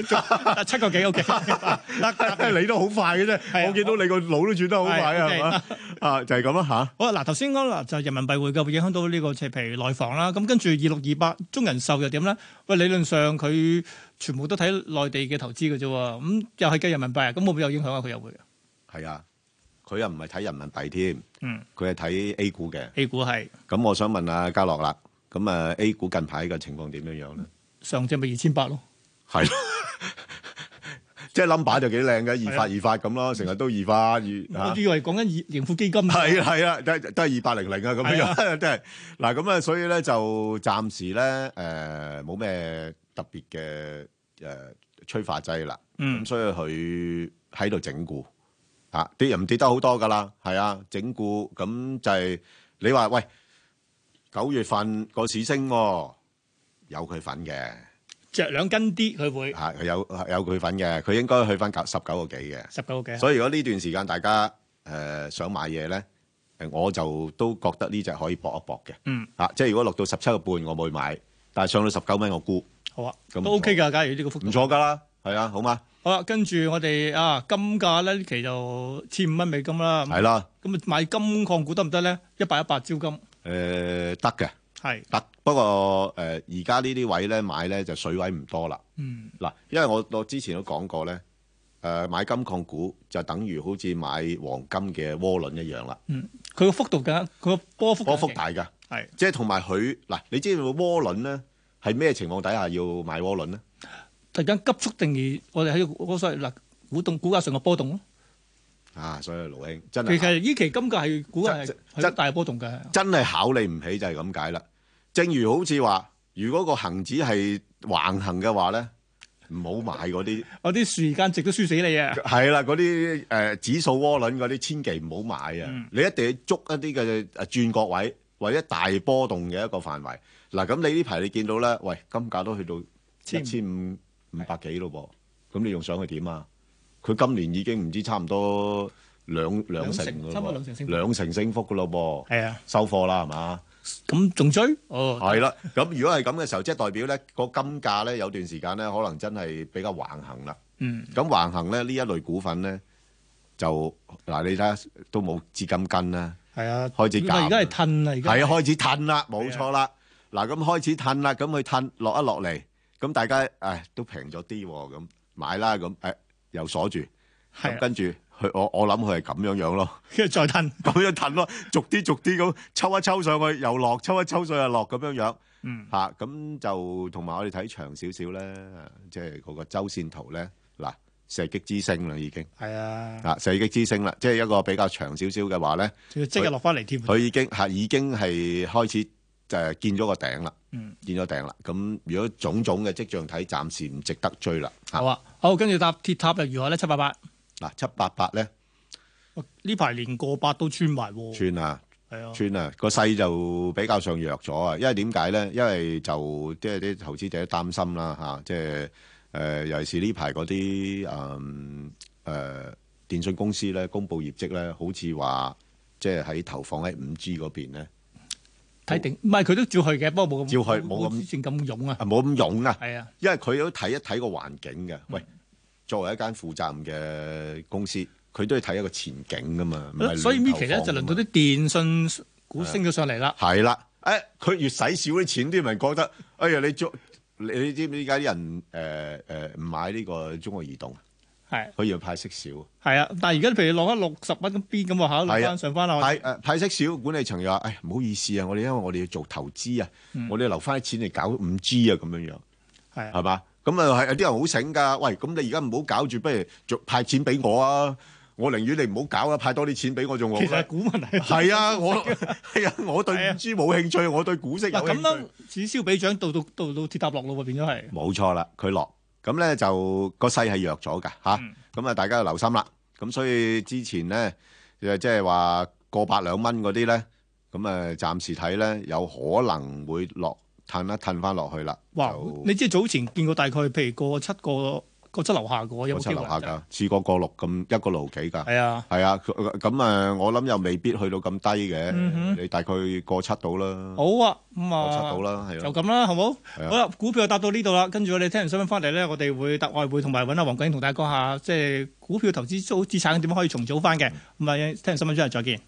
S2: 仲七個幾 OK，得
S3: 你都好快嘅啫，我見到你個腦都轉得好快啊，
S2: 係
S3: 係嘛？啊，就係咁啦嚇。
S2: 好啦，嗱頭先講啦，就人民幣匯價會影響到呢、個即係譬如內房啦，咁跟住二六二八中人壽又點咧？喂，理論上佢全部都睇內地嘅投資嘅啫喎，咁又係計人民幣啊，咁會唔會有影響啊？佢又會啊，
S3: 係啊，佢又唔係睇人民幣添，
S2: 嗯
S3: 佢係睇 A 股嘅。
S2: ，A 股係
S3: 咁我想問阿嘉樂啦，咁啊 A 股近排嘅情況點樣樣咧？
S2: 上證咪二千八咯，
S3: 係， [LAUGHS] 即係 number 就幾靚嘅，二發二發咁咯，成日都二發
S2: 我
S3: 二
S2: 以為講緊二盈富基金，
S3: 啊係啊係啊，都係都係二八零零啊咁
S2: 係
S3: [LAUGHS] 樣，真係嗱咁啊，所以咧就暫時咧誒冇咩特別嘅誒催化劑啦，
S2: 嗯
S3: 咁所以佢喺度整固啊，跌又唔跌得好多噶啦，係啊，整固咁就係你話喂九月份個市升喎，有佢份嘅。
S2: 着兩斤啲佢會
S3: 嚇，佢有有佢份嘅，佢應該去翻九十九個幾嘅。
S2: 十九個幾，
S3: 所
S2: 以
S3: 以如果呢段時間大家誒、呃想買嘢咧，誒我就都覺得呢只可以搏一搏嘅。
S2: 嗯
S3: 啊，即係如果落到十七個半，我會買，但係上到十九蚊我沽，
S2: 好啊，
S3: 咁
S2: 都 OK 㗎，假如呢個幅
S3: 唔
S2: 度。
S3: 錯㗎啦，係啊，好嘛，
S2: 好啦，跟住我哋啊金價咧呢期就千五蚊美金啦，
S3: 係啦，
S2: 咁啊買金礦股得唔得咧？一百一百招金
S3: 誒呃得嘅，
S2: 係，
S3: 得。不過誒呃而家呢啲位咧買咧就水位唔多啦。
S2: 嗯
S3: 嗱，因為我我之前都講過咧，誒、買金礦股就等於好似買黃金嘅窩輪一樣啦，
S2: 嗯，佢個幅度㗎，佢個波幅
S3: 波幅大㗎。
S2: 係
S3: 即係同埋佢嗱，你知道窩輪咧係咩情況底下要買窩輪咧？
S2: 突然間急速定義，我哋喺嗰所謂嗱股動股價上嘅波動咯。
S3: 啊，所以盧兄真
S2: 其
S3: 係
S2: 實呢期金價係股價係係大波動嘅，
S3: 真係考慮唔起就係咁解啦。正如好似話，如果個恒指係橫行嘅話咧，唔好買嗰啲
S2: 我啲時間值都輸死你啊！
S3: 係啦，嗰啲誒指數窩輪嗰啲，千祈唔好買啊！
S2: 嗯
S3: 你一定要捉一啲嘅誒轉角位或者大波動嘅一個範圍。嗱，咁你呢排你見到咧，喂，金價都去到
S2: 千
S3: 一千五五百幾咯噃，咁你用上去點啊？佢今年已經唔知差唔多兩兩成
S2: 兩成
S3: 㗎
S2: 差唔多
S3: 咯
S2: 兩成升
S3: 喎，
S2: 幅
S3: 兩成升幅㗎咯噃，
S2: 係啊，
S3: 收貨啦係嘛？
S2: 咁仲追？哦，
S3: 係啦，咁如果係咁嘅時候，即係代表咧個金價咧有段時間咧可能真係比較橫行啦。
S2: 嗯，
S3: 咁橫行咧呢一類股份咧就嗱，你睇下都冇資金跟啦，
S2: 係啊，
S3: 開始減
S2: 而家係褪啦，而家
S3: 係啊開始褪啦，冇錯啦。嗱咁開始褪啦，咁佢褪落一落嚟，咁大家誒都平咗啲喎，咁買啦，咁誒又鎖住，
S2: 係啊
S3: 咁跟住佢我我諗佢係咁樣樣咯。 [LAUGHS]
S2: 跟住再褪，
S3: 咁樣褪咯，逐啲逐啲咁抽一抽上去，又落，抽一抽上去又落咁樣樣。
S2: 嗯
S3: 嚇咁、就同埋我哋睇長少少咧，即係嗰個周線圖咧，嗱射擊之星啦已經
S2: 係啊，
S3: 啊射擊之星啦，即係一個比較長少少嘅話咧，
S2: 仲要即刻落翻嚟添。啊
S3: 佢已經嚇已經係開始誒見咗個頂啦，
S2: 嗯
S3: 見咗頂啦。咁如果種種嘅跡象睇，暫時唔值得追啦。嚇
S2: 好啊，好，跟住搭鐵塔又如何咧？七八八
S3: 嗱七八八咧
S2: 哇呢排連過百都穿埋喎，
S3: 穿啊！
S2: 係啊，
S3: 穿啊，個勢就比較上弱咗啊，因為點解咧？因為就即係啲投資者擔心啦嚇、即係誒、呃尤其是呢排嗰啲誒誒電信公司咧公布業績咧，好似話即係喺投放喺五 G 嗰邊咧，
S2: 睇定，唔係佢都照去嘅，不過冇咁
S3: 照去冇咁
S2: 之前咁勇啊
S3: 啊，冇咁勇啊，
S2: 係啊，
S3: 因為佢都睇一睇個環境
S2: 嗯
S3: 嘅。喂，作為一間負責任嘅公司，佢都要睇一個前景噶嘛，唔係
S2: 所以呢
S3: 亂
S2: 期
S3: 投
S2: 咧
S3: 放
S2: 就
S3: 㗎
S2: 輪
S3: 嘛
S2: 到啲電信股升咗上嚟啦，
S3: 係啦，誒、佢越使少啲錢，啲人覺得，呃哎呀，你做你你知唔知而家啲人誒誒唔買呢個中國移動啊？
S2: 係
S3: 佢要派息少。
S2: 係啊，但係而家譬如落翻六十蚊咁邊咁，我考慮
S3: 係啊
S2: 翻上翻啦。
S3: 派誒派息少，管理層又話：，誒唔好意思啊，我哋因為我哋要做投資啊，
S2: 嗯
S3: 我哋要留翻啲錢嚟搞五 G 啊，咁樣樣
S2: 係
S3: 係嘛？咁啊係有啲人好醒㗎，喂，咁你而家唔好搞住，不如做派錢俾我啊！我寧願你唔好搞啦，派多啲錢俾我仲好
S2: 其實
S3: 啦
S2: 係。股民
S3: [LAUGHS]
S2: 嚟。[LAUGHS]
S3: 係啊，我係啊，我對五 G 冇興趣，我對股息有
S2: 嗱
S3: 興
S2: 咁
S3: 趣。
S2: 啦，此消彼長，到到到到鐵塔落咯喎，變咗係。
S3: 冇錯啦，佢落咁咧就個勢係弱咗㗎吓，
S2: 嗯
S3: 咁啊、大家要留心啦。咁所以之前咧誒即係話過百兩蚊嗰啲咧，咁啊暫時睇咧有可能會落褪一褪翻落去啦。
S2: 哇！你知早前見過大概譬如過七個個七樓下個有
S3: 我
S2: 冇
S3: 七
S2: 機
S3: 樓
S2: 會啊
S3: 下？㗎，試過過六咁一個六毫幾㗎。
S2: 係啊，
S3: 係啊，佢咁啊，我諗又未必去到咁低嘅，
S2: 嗯哼
S3: 你大概過七到啦，
S2: 好啊，咁
S3: 過七
S2: 啊
S3: 到。啦，係
S2: 就
S3: 咯。
S2: 咁啦，好冇？
S3: 係啊
S2: 好啦，股票就答到呢度啦。跟住我哋聽完新聞翻嚟咧，我哋會答外匯同埋揾阿黃景同大家講下，即係股票投資組資產點樣可以重組翻嘅。咁啊，聽完新聞之後再見。